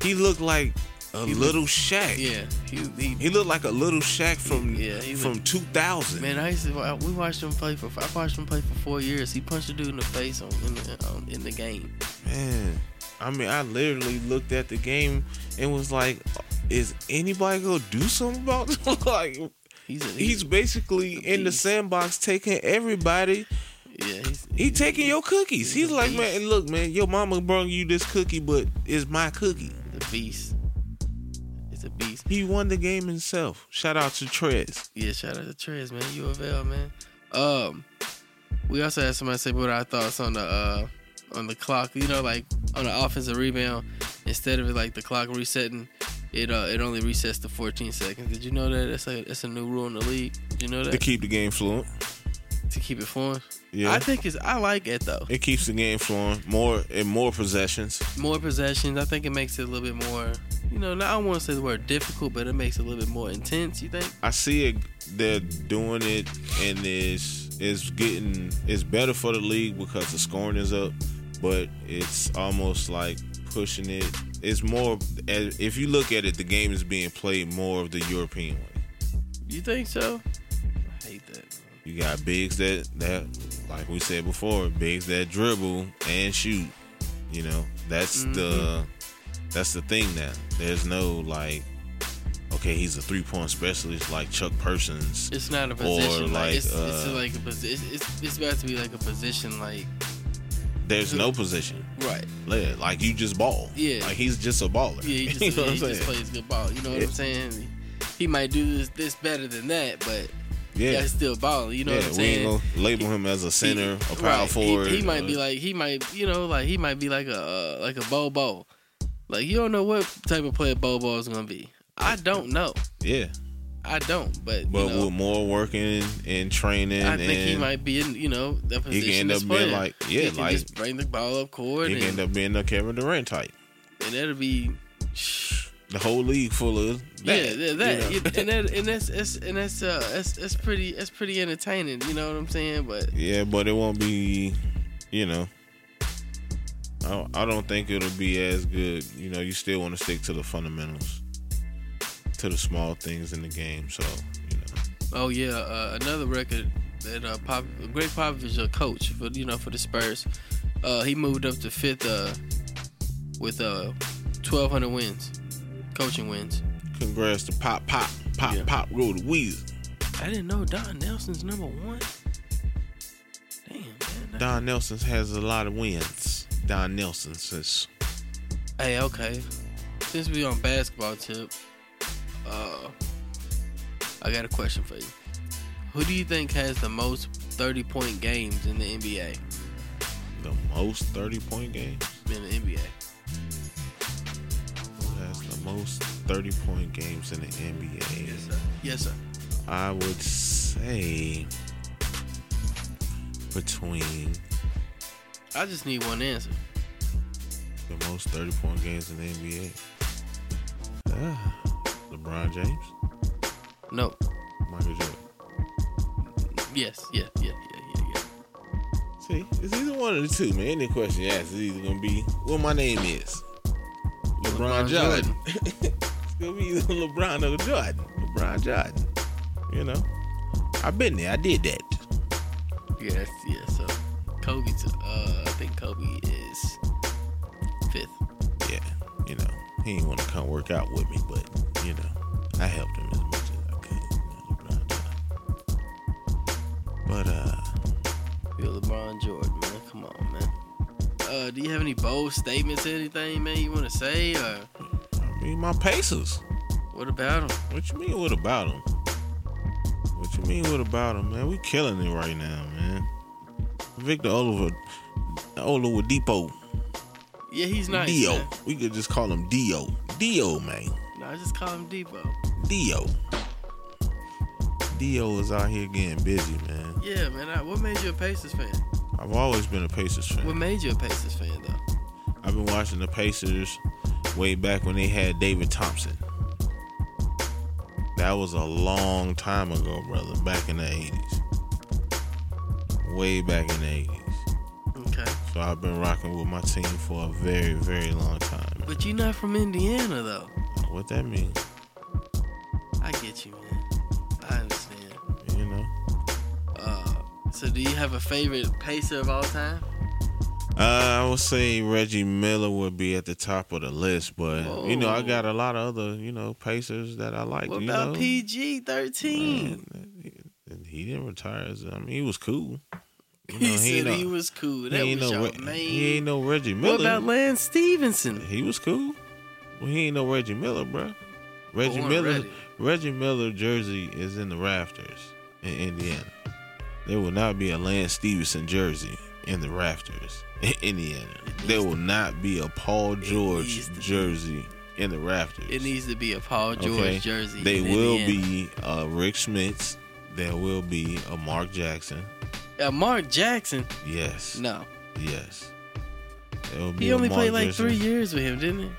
he looked like a little Shaq.
Yeah, he, he
He looked like a little Shaq from
Yeah, he
from 2000.
Man, I used to. I- We watched him play for. I watched him play for four years. He punched a dude in the face on in the, um, in the game.
Man, I mean, I literally looked at the game and was like, "Is anybody gonna do something about *laughs* this?" like,
He's a,
he's
he's,
basically in the
beast.
sandbox taking everybody.
yeah. He's,
He taking your cookies.
He's
He's
a
like,
beast.
man, look, man, your mama brought you this cookie, but it's my cookie.
the beast. It's a beast.
He won the game himself. Shout out to Trez.
Yeah, shout out to Trez, man. U of L, man. Um, we also had somebody say what are our thoughts on the uh on the clock. You know, like on the offensive rebound, instead of it like the clock resetting, it uh it only resets to 14 seconds. Did you know that? That's a that's a new rule in the league. Did you know
To
that
keep the game flowing.
to keep it flowing.
Yeah.
I think it's I like it though.
it keeps the game flowing. More and more possessions.
more possessions. I think it makes it a little bit more, you know, not, I don't want to say the word difficult, but it makes it a little bit more intense, you think?
I see it they're doing it and it's it's getting it's better for the league because the scoring is up, but it's almost like pushing it. It's more as- if you look at it, the game is being played more of the European way.
You think so? I hate that.
You got bigs that that like we said before, bigs that dribble and shoot. You know, that's the that's the thing now. There's no like okay, he's a three point specialist like Chuck Persons.
It's not a position. like,
like,
it's, it's
uh,
like a position. It's, it's about to be like a position, like
There's no position.
right.
Yeah, like you just ball.
Yeah.
Like he's just a baller. *laughs*
Yeah, he just,
you
yeah, he
know what I'm
just
saying?
plays good ball. You know what
Yeah.
I'm saying? He might do this, this better than that, but
Yeah.
that's still balling. You know
yeah,
what I'm
we
saying?
ain't gonna label him as a center,
He-
a power
right, he-
forward.
He, might
uh,
be like he might you know like he might be like a uh, like a Bobo. Like you don't know what type of player Bobo is gonna be. I don't know.
yeah,
I don't. But,
but
you know,
with more working and training,
I think
and
he might be in you know that
he
position.
can end
this
up being
player.
like
He
yeah,
can
like
just bring the ball up court
he
and,
can end up being a Kevin Durant type.
and that'll be.
The whole league full of that.
yeah, yeah, that,
you know?
and
*laughs*
that, and that's, that's and that's uh, that's, that's pretty, that's pretty entertaining. You know what I'm saying? But
Yeah, but it won't be, you know. I don't- I don't think it'll be as good. You know, you still want to stick to the fundamentals, to the small things in the game. So, you know,
Oh yeah, uh, another record that uh, Pop, Greg Popovich, a coach for you know for the Spurs, uh, he moved up to fifth uh, with uh, twelve hundred wins, coaching wins.
congrats to Pop, Pop, Pop,
Yeah.
Pop, go to Weezy.
I didn't know Don Nelson's number one. Damn, man. that-
Don Nelson has a lot of wins. Don Nelson says,
Hey, okay. Since we on basketball tip, uh, I got a question for you. Who do you think has the most thirty point games in the NBA?
the most 30 point games.
In the NBA.
Who has the most 30 point games in the NBA?
sir. Yes, sir.
I would say between
I just need one answer.
the most 30 point games in the NBA. Ah, LeBron James,
No.
Michael Jordan.
Yes. Yeah. Yeah. Yeah. Yeah. Yeah.
See, it's either one of the two, man. Any question you ask is either gonna be what my name is. LeBron,
LeBron
Jordan. it's gonna be either *laughs* LeBron or Jordan. LeBron Jordan. You know, I've been there. I did that.
Yeah. That's, yeah. So, Kobe. To, uh, I think Kobe is fifth.
Yeah, you know, he didn't want to come work out with me, but you know, I helped him as much as I could. you know, LeBron Jordan. But uh.
You're LeBron Jordan, man. Come on, man. Uh, do you have any bold statements, or anything, man? You want to say, or
I mean, my Pacers.
what about him?
What you mean? What about them? What you mean? What about him, man? We killing it right now, man. Victor Oliver, Oliver Depot,
Yeah, he's nice.
Dio.
man.
We could just call him Dio. Dio, man.
No, I just call him Debo.
Dio. Dio is out here getting busy, man.
Yeah, man. I, what made you a Pacers fan?
I've always been a Pacers
What
fan.
made you a Pacers fan though?
I've been watching the Pacers way back when they had David Thompson. That was a long time ago, brother. Back in the 80s. Way back in the 80s.
Okay,
So I've been rocking with my team for a very, very long time.
but you're not from Indiana though.
What that means,
I get you, man. I understand.
you know.
Uh, so, do you have a favorite Pacer of all time?
Uh, I would say Reggie Miller would be at the top of the list, but you know I got a lot of other you know Pacers that I like.
What
you
about
know?
PG thirteen?
Man, he- he didn't retire. as- I mean, he was cool.
*laughs*
You know,
He said
ain't
he
no-
was cool.
he
That
ain't
was
no
your
Re-
man.
He ain't no Reggie Miller.
What about Lance Stevenson?
He was cool. Well, he ain't no Reggie Miller, bruh. Reggie
Born
Miller,
ready.
Reggie Miller jersey is in the rafters in Indiana. There will not be a Lance Stevenson jersey in the rafters in Indiana. There will not be a Paul
needs
George
to be.
jersey in the rafters.
It needs to be a Paul George
Okay?
jersey.
They
in
will
Indiana.
be uh, Rick Schmitz. There will be a Mark Jackson.
Uh, Mark Jackson.
Yes.
No,
Yes. There will be
he
a
only
Mark
played like
Jackson.
three years with him, didn't he?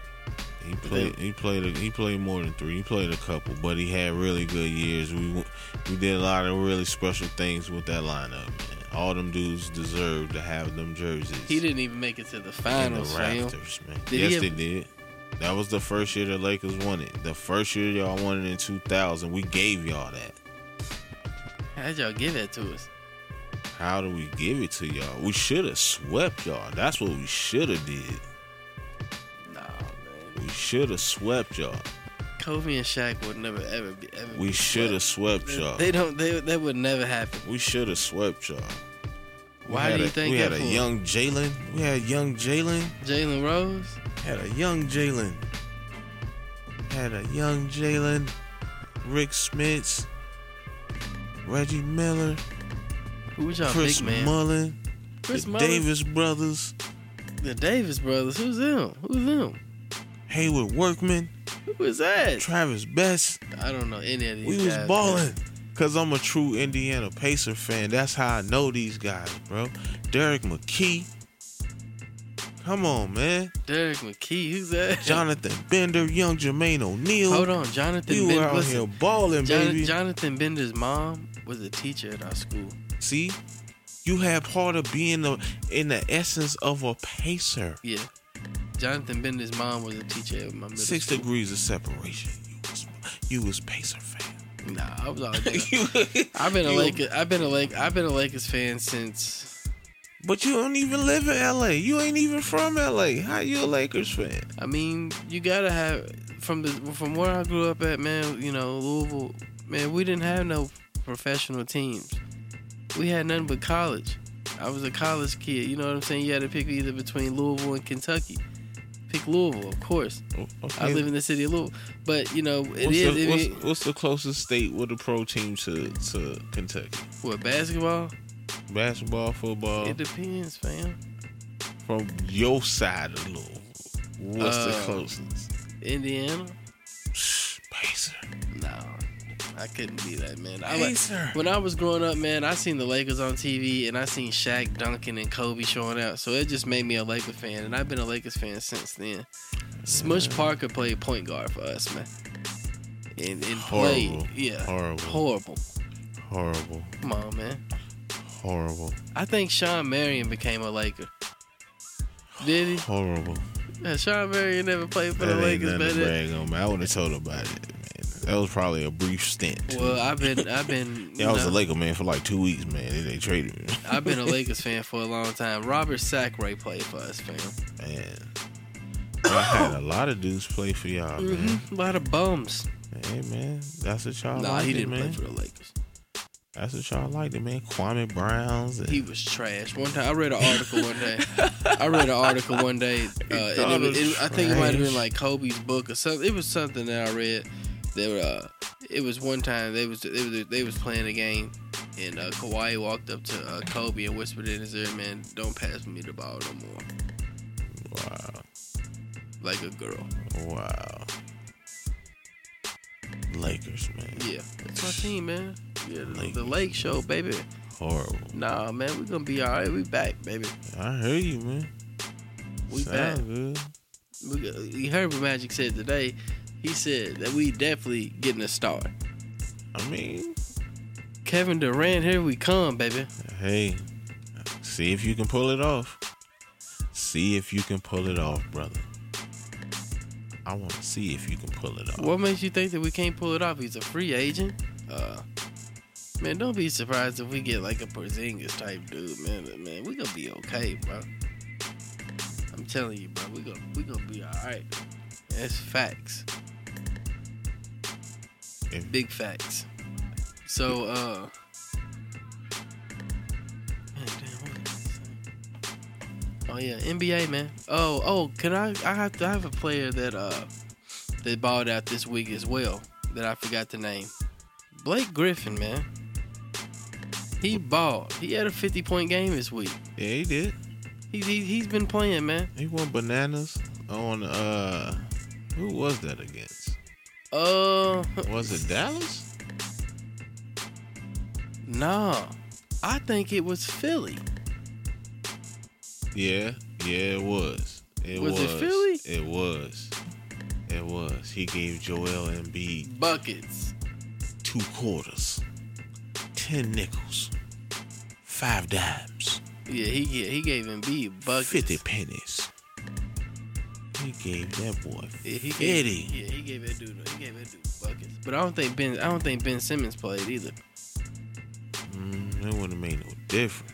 He played. He played. a- He played more than three. He played a couple, but he had really good years. We w- we did a lot of really special things with that lineup. Man. All them dudes deserve to have them jerseys.
He didn't even make it to the
in the
finals, fam.
rafters, man.
Did he
yes,
have-
they did. That was the first year the Lakers won it. The first year y'all won it in 2000. We gave y'all that.
How'd y'all give that to us?
How do we give it to y'all? We should have swept y'all. That's what we should have did.
Nah, man.
We should have swept y'all.
Kobe and Shaq would never ever be ever.
We
be
should have swept
swept.
y'all.
They don't. They that would never happen.
We should have swept y'all. We
Why
had
do you
a-
think
we had
that
a
for?
young Jalen? We had young Jalen.
Jalen Rose?
Had a young Jalen. Had a young Jalen. Rick Smith. Reggie Miller.
Who was y'all
Chris
big man?
Mullen.
Chris
the
Mullin?
Davis brothers.
The Davis brothers. Who's them? Who's them?
Hayward Workman.
Who is that?
Travis Best.
I don't know any of these.
We was
guys,
balling.
man.
Cause I'm a true Indiana Pacer fan. That's how I know these guys, bro. Derek McKee. Come on, man.
Derek McKee. Who's that?
Jonathan Bender, young Jermaine O'Neal.
Hold on, Jonathan.
We
Ben-
were out
listen,
here balling,
Jon-
baby.
Jonathan Bender's mom was a teacher at our school.
See, you had part of being the in the essence of a pacer.
Yeah. Jonathan Bender's mom was a teacher at my middle
Six
school.
degrees of separation. You was, you was
*laughs*
pacer fan.
Nah, I was all
*laughs*
there.
You-
*laughs* I've been a
you-
Lakers. I've been a Lake. I've been a Lakers fan since
but you don't even live in L.A. You ain't even from L.A. How you a Lakers fan?
I mean, you gotta have from the from where I grew up at, man. You know, Louisville, man. We didn't have no professional teams. We had nothing but college. I was a college kid. You know what I'm saying? You had to pick either between Louisville and Kentucky. Pick Louisville, of course.
Okay.
I live in the city of Louisville, but you know it
what's,
is.
the,
it
what's,
is-
what's the closest state with a pro team to to Kentucky?
what basketball?
Basketball, football.
It depends, fam.
from your side of Louisville, what's the
Uh,
closest?
Indiana?
Shh, Pacer.
No, I couldn't be that man. I like,
Pacer.
When I was growing up, man, I seen the Lakers on TV and I seen Shaq, Duncan, and Kobe showing out. So it just made me a Laker fan, and I've been a Lakers fan since then. Smush Parker played point guard for us, man. And, and played,
Horrible.
yeah,
Horrible.
horrible.
Horrible.
Come on, man.
Horrible.
I think Sean Marion became a Laker. Did he?
Horrible.
Yeah, Sean Marion never played for the
That ain't
Lakers,
nothing to
but
brag on, man. I would have told about it. Man. That was probably a brief stint. too.
well, I've been, I've
*laughs*
been,
yeah, I was
you
a
know,
Laker man for like two weeks, man. They, they traded me,
I've been a Lakers fan for a long time. Robert Sacre played for us, fam.
man. I had
*laughs*
a lot of dudes play for y'all, man.
A lot of bums.
Hey, man, that's what y'all
Mm-hmm. Nah,
liked
he
Mm-hmm. it,
didn't
man.
play for the Lakers.
That's what y'all liked it, man. Kwame Browns. And,
He was trash. One time, I read an article one day. I read an article one
*laughs*
day. Uh, and
thought
it was,
it was
it- I think it might have been
trash.
like Kobe's book or something. It was something that I read that uh, it was one time they was they was, they was playing a game, and uh, Kawhi walked up to uh, Kobe and whispered in his ear, "Man, don't pass me the ball no more."
Wow.
Like a girl.
Wow. Lakers, man.
Yeah, that's my team, man. Yeah, the, the Lake Show, baby.
Horrible.
Nah, man, we gonna be all right. We back, baby.
I hear you, man.
We back.
Sound good.
We, go- you heard what Magic said today. He said that we definitely getting a star.
I mean,
Kevin Durant, here we come, baby.
hey, see if you can pull it off. See if you can pull it off, brother. I want to see if you can pull it off.
What makes you think that we can't pull it off? He's a free agent. Uh, man, don't be surprised if we get like a Porzingis type dude, man. But, Man, we gonna be okay, bro. I'm telling you, bro. We gonna we gonna be all right. That's facts,
If-
big facts. So, uh, man, damn, what was I saying? oh yeah, NBA man. Oh, oh, can I? I have to I have a player that uh that balled out this week as well that I forgot the name. Blake Griffin, man. He balled. He had a 50 point game this week.
yeah, he did.
He, he, he's been playing, man.
He went bananas on uh, who was that against?
Uh, *laughs*
Was it Dallas?
nah. I think it was Philly.
Yeah, yeah, it was. It
Was
was.
it Philly?
It was. It was. He gave Joel Embiid
Buckets.
two quarters, ten nickels, five dimes,
Yeah, he yeah, he gave Embiid buckets.
fifty pennies. He gave that boy
Yeah, he gave,
fifty.
Yeah, he gave that dude. He gave that dude buckets. But I don't think Ben. I don't think Ben Simmons played either.
Mm, it wouldn't have made no difference.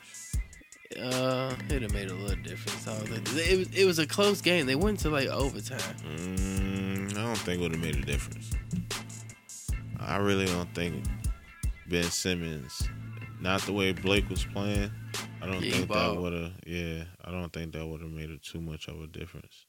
Uh, it'd have made a little difference. I don't think- It was it was a close game. They went to like overtime.
Mm, I don't think it would have made a difference. I really don't think Ben Simmons, not the way Blake was playing. I don't
Yeah, he
think that
balled.
would have. Yeah, I don't think that would have made it too much of a difference.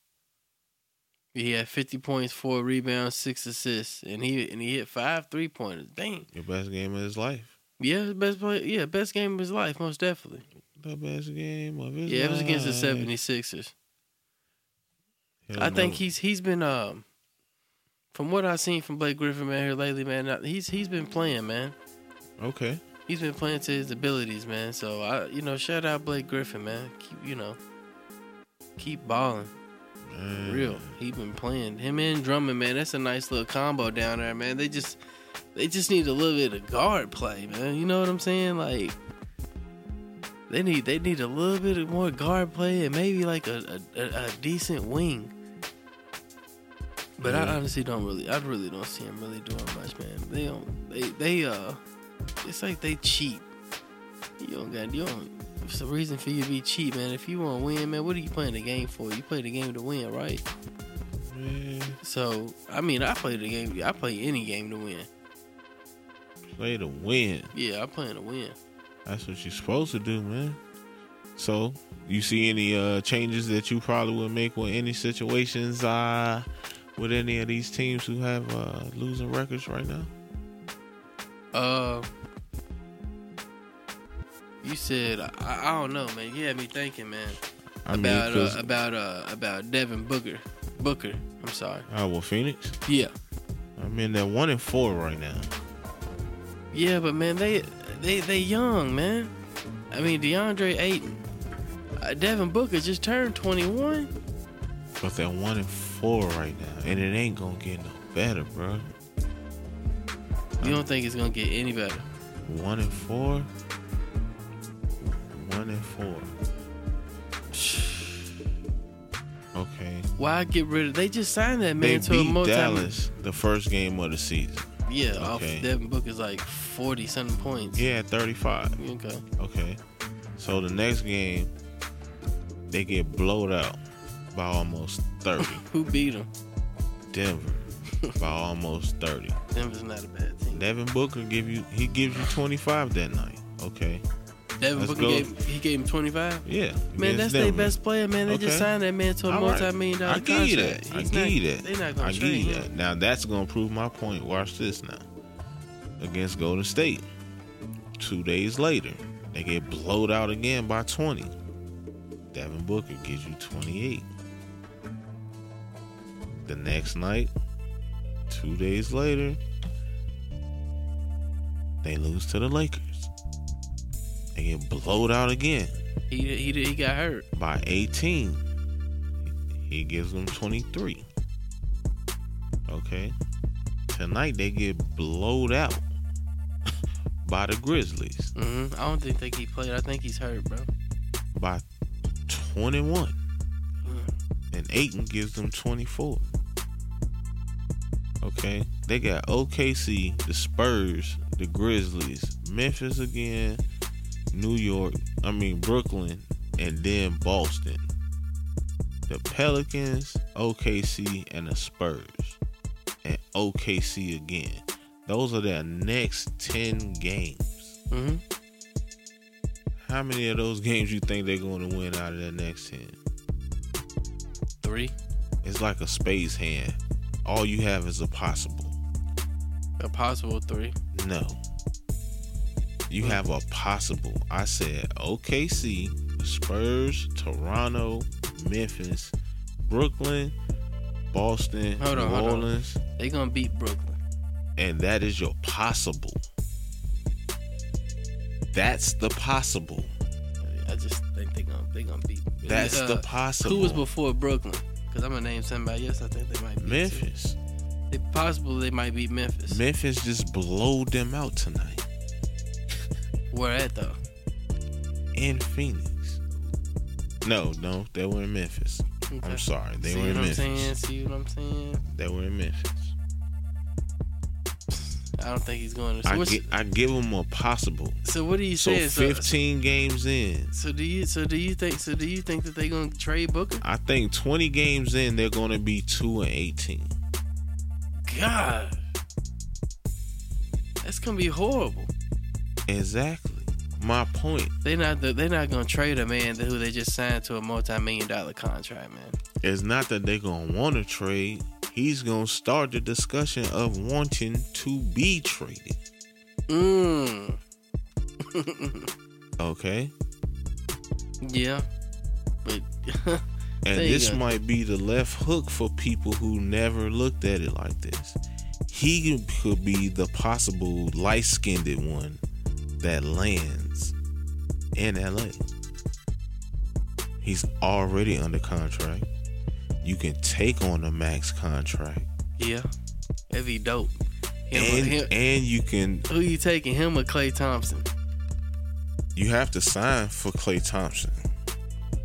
He had 50 points, four rebounds, six assists, and he and he hit five three pointers. Dang.
Your best game of his life.
Yeah, best play. Yeah, best game of his life, most definitely.
The best game of his
Yeah, it was against the
life.
76ers.
He'll
I think
never-
he's he's been um, from what I've seen from Blake Griffin man here lately, man. uh, He's he's been playing, man.
Okay.
He's been playing to his abilities, man. So I, you know, shout out Blake Griffin, man. Keep you know, keep balling.
Man.
real. He been playing him and Drummond, man. That's a nice little combo down there, man. They just they just need a little bit of guard play, man. You know what I'm saying? Like they need they need a little bit of more guard play and maybe like a a, a, a decent wing. But I
Yeah.
honestly don't really I really don't see him really doing much, man. They don't they they uh it's like they cheat. You don't got you don't it's a reason for you to be cheap, man. If you want to win, man, what are you playing the game for? You play the game to win, right?
Man,
So I mean, I play the game. I play any game to win.
play to win.
Yeah, I'm playing to win.
That's what you're supposed to do, man. So, you see any uh changes that you probably would make with any situations uh with any of these teams who have uh losing records right now?
Uh, you said I, I don't know, man. You had me thinking, man,
I
about
mean, 'cause-
uh, about uh, about Devin Booker. Booker, I'm sorry.
uh, well, Phoenix.
Yeah,
I mean, they're one and four right now.
yeah, but man, they they they young, man. I mean, DeAndre Ayton, uh, Devin Booker just turned 21.
But they're one and four right now, and it ain't gonna get no better, bro.
You don't think it's gonna get any better?
One and four. One
*sighs*
and four. Okay.
Why get rid of? They just signed that
They
man to a
beat
multi.
Dallas the first game of the season.
Yeah,
Okay.
off Devin Booker's like forty something points.
Yeah, 35.
Okay.
Okay. So the next game, they get blowed out by almost 30.
*laughs* Who beat him?
Denver by almost 30.
Denver's not a bad team.
Devin Booker give you he gives you 25 that night. Okay.
Devin
let's
Booker
go.
gave he gave him twenty five.
Yeah.
Man,
against
that's their
Denver.
best player, man. They
Okay.
just signed that man to a
All right.
multi million dollar
I
contract.
give you that. I
He's
give
not-
you that.
They not gonna
I give
trade
you
him.
that. Now that's gonna prove my point. Watch this now. against Golden State. Two days later, they get blowed out again by 20. Devin Booker gives you 28. The next night, two days later, they lose to the Lakers. They get blowed out again
He he he got hurt.
by 18. He gives them 23. Okay. Tonight they get blowed out *laughs* by the Grizzlies
hmm I don't think think he played. I think he's hurt, bro.
by 21. And Aiton gives them 24. Okay. They got OKC, the Spurs, the Grizzlies, Memphis again, New York, I mean Brooklyn, and then Boston. The Pelicans, OKC, and the Spurs. And OKC again. Those are their next 10 games.
hmm
How many of those *laughs* games you think they're going to win out of that next 10?
Three.
It's like a space hand. All you have is a possible.
A possible three.
No. You have a possible. I said OKC, Spurs, Toronto, Memphis, Brooklyn, Boston,
Hold on,
New
hold on.
Orleans,
They gonna beat Brooklyn.
and that is your possible. That's the possible.
I just think they gonna they gonna beat.
That's
Uh,
the possible.
Who was before Brooklyn? Because I'm gonna name somebody else. I think they might beat too.
Memphis?
They possible they might beat Memphis.
Memphis just blowed them out tonight
Where at though?
in Phoenix. No, no, they were in Memphis.
Okay.
I'm sorry, they
Uh, See
were in
what I'm
Memphis.
saying? See what I'm saying?
They were in Memphis.
I don't think he's going to. So,
I,
what's- uh,
gi- I give them a possible.
so what do you
So
say? So,
15 games in.
so do you? So do you think? So do you think that they gonna trade Booker?
I think 20 games in, they're going to be 2 and 18.
God, that's gonna be horrible.
Exactly. My point.
They're not. The, they're not gonna trade a man who they just signed to a multi-million dollar contract, man.
It's not that they're going to want to trade. He's going to start the discussion of wanting to be traded.
Mmm.
Mm. Okay?
*laughs* Yeah, but *laughs*
And
There you
this
go.
might be the left hook for people who never looked at it like this. He could be the possible light skinned one that lands in LA. He's already under contract. You can take on a max contract.
yeah, that'd be dope. Him, or-
And,
him-
and you can
who you taking? Him or Clay Thompson?
you have to sign for Clay Thompson.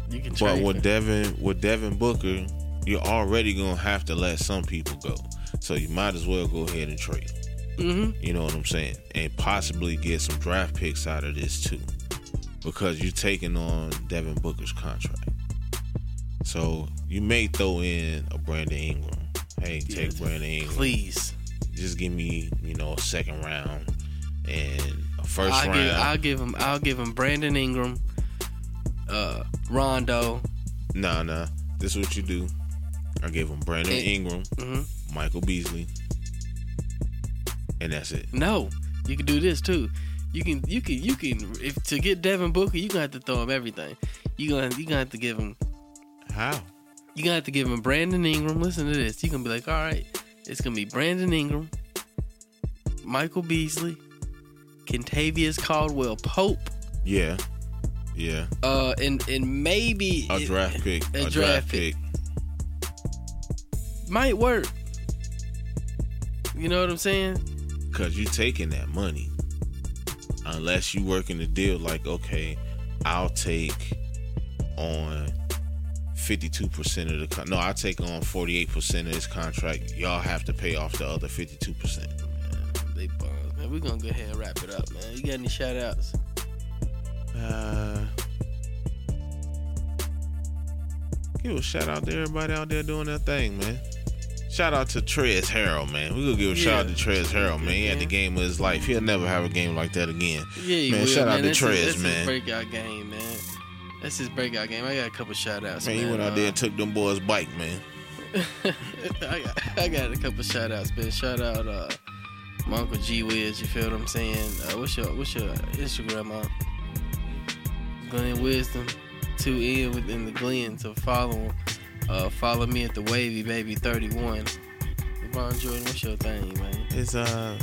You can
But
trade.
with
him.
Devin with Devin Booker, you're already gonna have to let some people go. So you might as well go ahead and trade.
Mhm.
You know what I'm saying? And possibly get some draft picks out of this too. Because you're taking on Devin Booker's contract. So you may throw in a Brandon Ingram. Hey, take
Yeah.
Brandon Ingram.
Mm-hmm. Please,
Just give me, you know, a second round and a 1st
I'll
round.
give, I'll give him. I'll give him Brandon Ingram, uh, Rondo,
Nah, nah. This is what you do. I give him Brandon
It-
Ingram,
Mhm.
Michael Beasley, and that's it.
No, you can do this too. You can, you can, you can. If to get Devin Booker, you gonna have to throw him everything. You gonna, you gonna have to give him.
How?
You gonna have to give him Brandon Ingram. Listen to this. You gonna be like, all right, it's gonna be Brandon Ingram, Michael Beasley, Kentavious Caldwell Pope,
Yeah, yeah.
uh, and and maybe
A
it
draft pick.
a draft pick. might work. You know what I'm saying?
Cause you taking that money, unless you working the deal like, okay, I'll take on fifty-two percent of the con- no, I'll take on forty-eight percent of this contract. Y'all have to pay off the other fifty-two percent.
They bums, man. We gonna go ahead and wrap it up, man. You got any shout outs?
Uh, give a shout out to everybody out there doing their thing, man. Shout out to Trez Harrell, man. We gonna give a shout out to
Yeah.
Trez Harrell, man. He had the
Yeah.
game of his life. He'll never have a game like that again.
Yeah, you
Man,
will,
shout out
man. That's
to
his-
Trez,
that's
man.
His breakout game, man. That's his breakout game. I got a couple shout outs.
Man, he went out there and took them boys' bike, man.
*laughs* I, got, I got a couple shout outs, man. Shout out uh, my uncle G Wiz. You feel what I'm saying? Uh, what's your what's your Instagram, Mom? Glenn Wisdom. Two in within the Glen. So follow him. Uh, follow me at the Wavy Baby 31. LeBron Jordan, what's your thing, man?
It's uh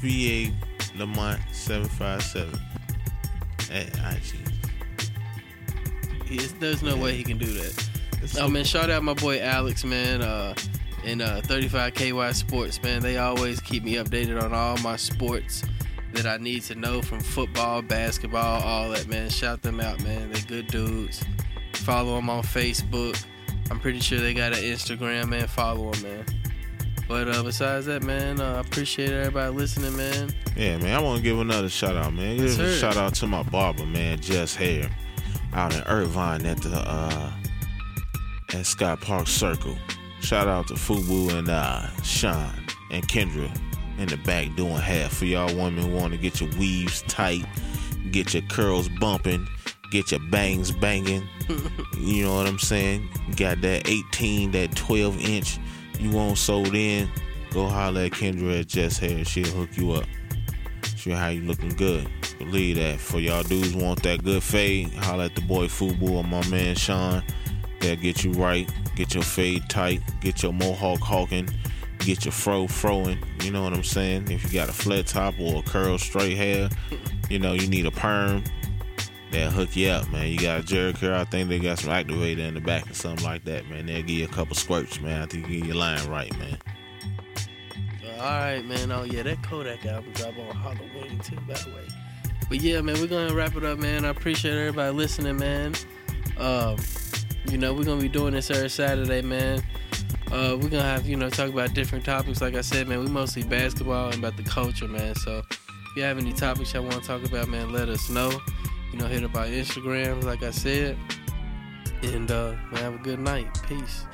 VA Lamont seven five seven at IG.
He, there's no way he can do that.
It's
Oh man, shout out my boy Alex, man, uh, and uh, 35KY Sports, man. They always keep me updated on all my sports that I need to know from football, basketball, all that, man. Shout them out, man. They're good dudes. Follow them on Facebook. I'm pretty sure they got an Instagram, man. Follow them, man. But uh, besides that, man, uh, I appreciate everybody listening, man.
Yeah, man, I want to give another shout out, man. Give
Yes, sir.
a shout out to my barber, man, Jess Hair, out in Irvine at the uh, at Scott Park Circle. Shout out to Fubu and uh, Sean and Kendra in the back doing hair for y'all women who want to get your weaves tight, get your curls bumping, get your bangs
*laughs*
banging. you know what I'm saying? Got that 18, that 12 inch you want sold in. Go holler at Kendra at Jess Hair. She'll hook you up. She how you looking good. Believe that. For y'all dudes want that good fade, holla at the boy Fubu or my man Sean. They'll get you right. Get your fade tight. Get your mohawk hawking. Get your fro throwing. You know what I'm saying? If you got a flat top or a curl straight hair, you know, you need a perm. They'll hook you up, man. You got a jerry curl. I think they got some activator in the back or something like that, man. They'll give you a couple squirts, man. I think you get your line right, man.
All right, man. Oh yeah, that Kodak album drop on Halloween too, by the way. But yeah, man, we're gonna wrap it up, man. I appreciate everybody listening, man. Um, you know, we're gonna be doing this every Saturday, man. Uh, we're gonna have you know talk about different topics. Like I said, man, we mostly basketball and about the culture, man. So if you have any topics y'all want to talk about, man, let us know. You know, hit up our Instagram, like I said. And uh, man, have a good night. Peace.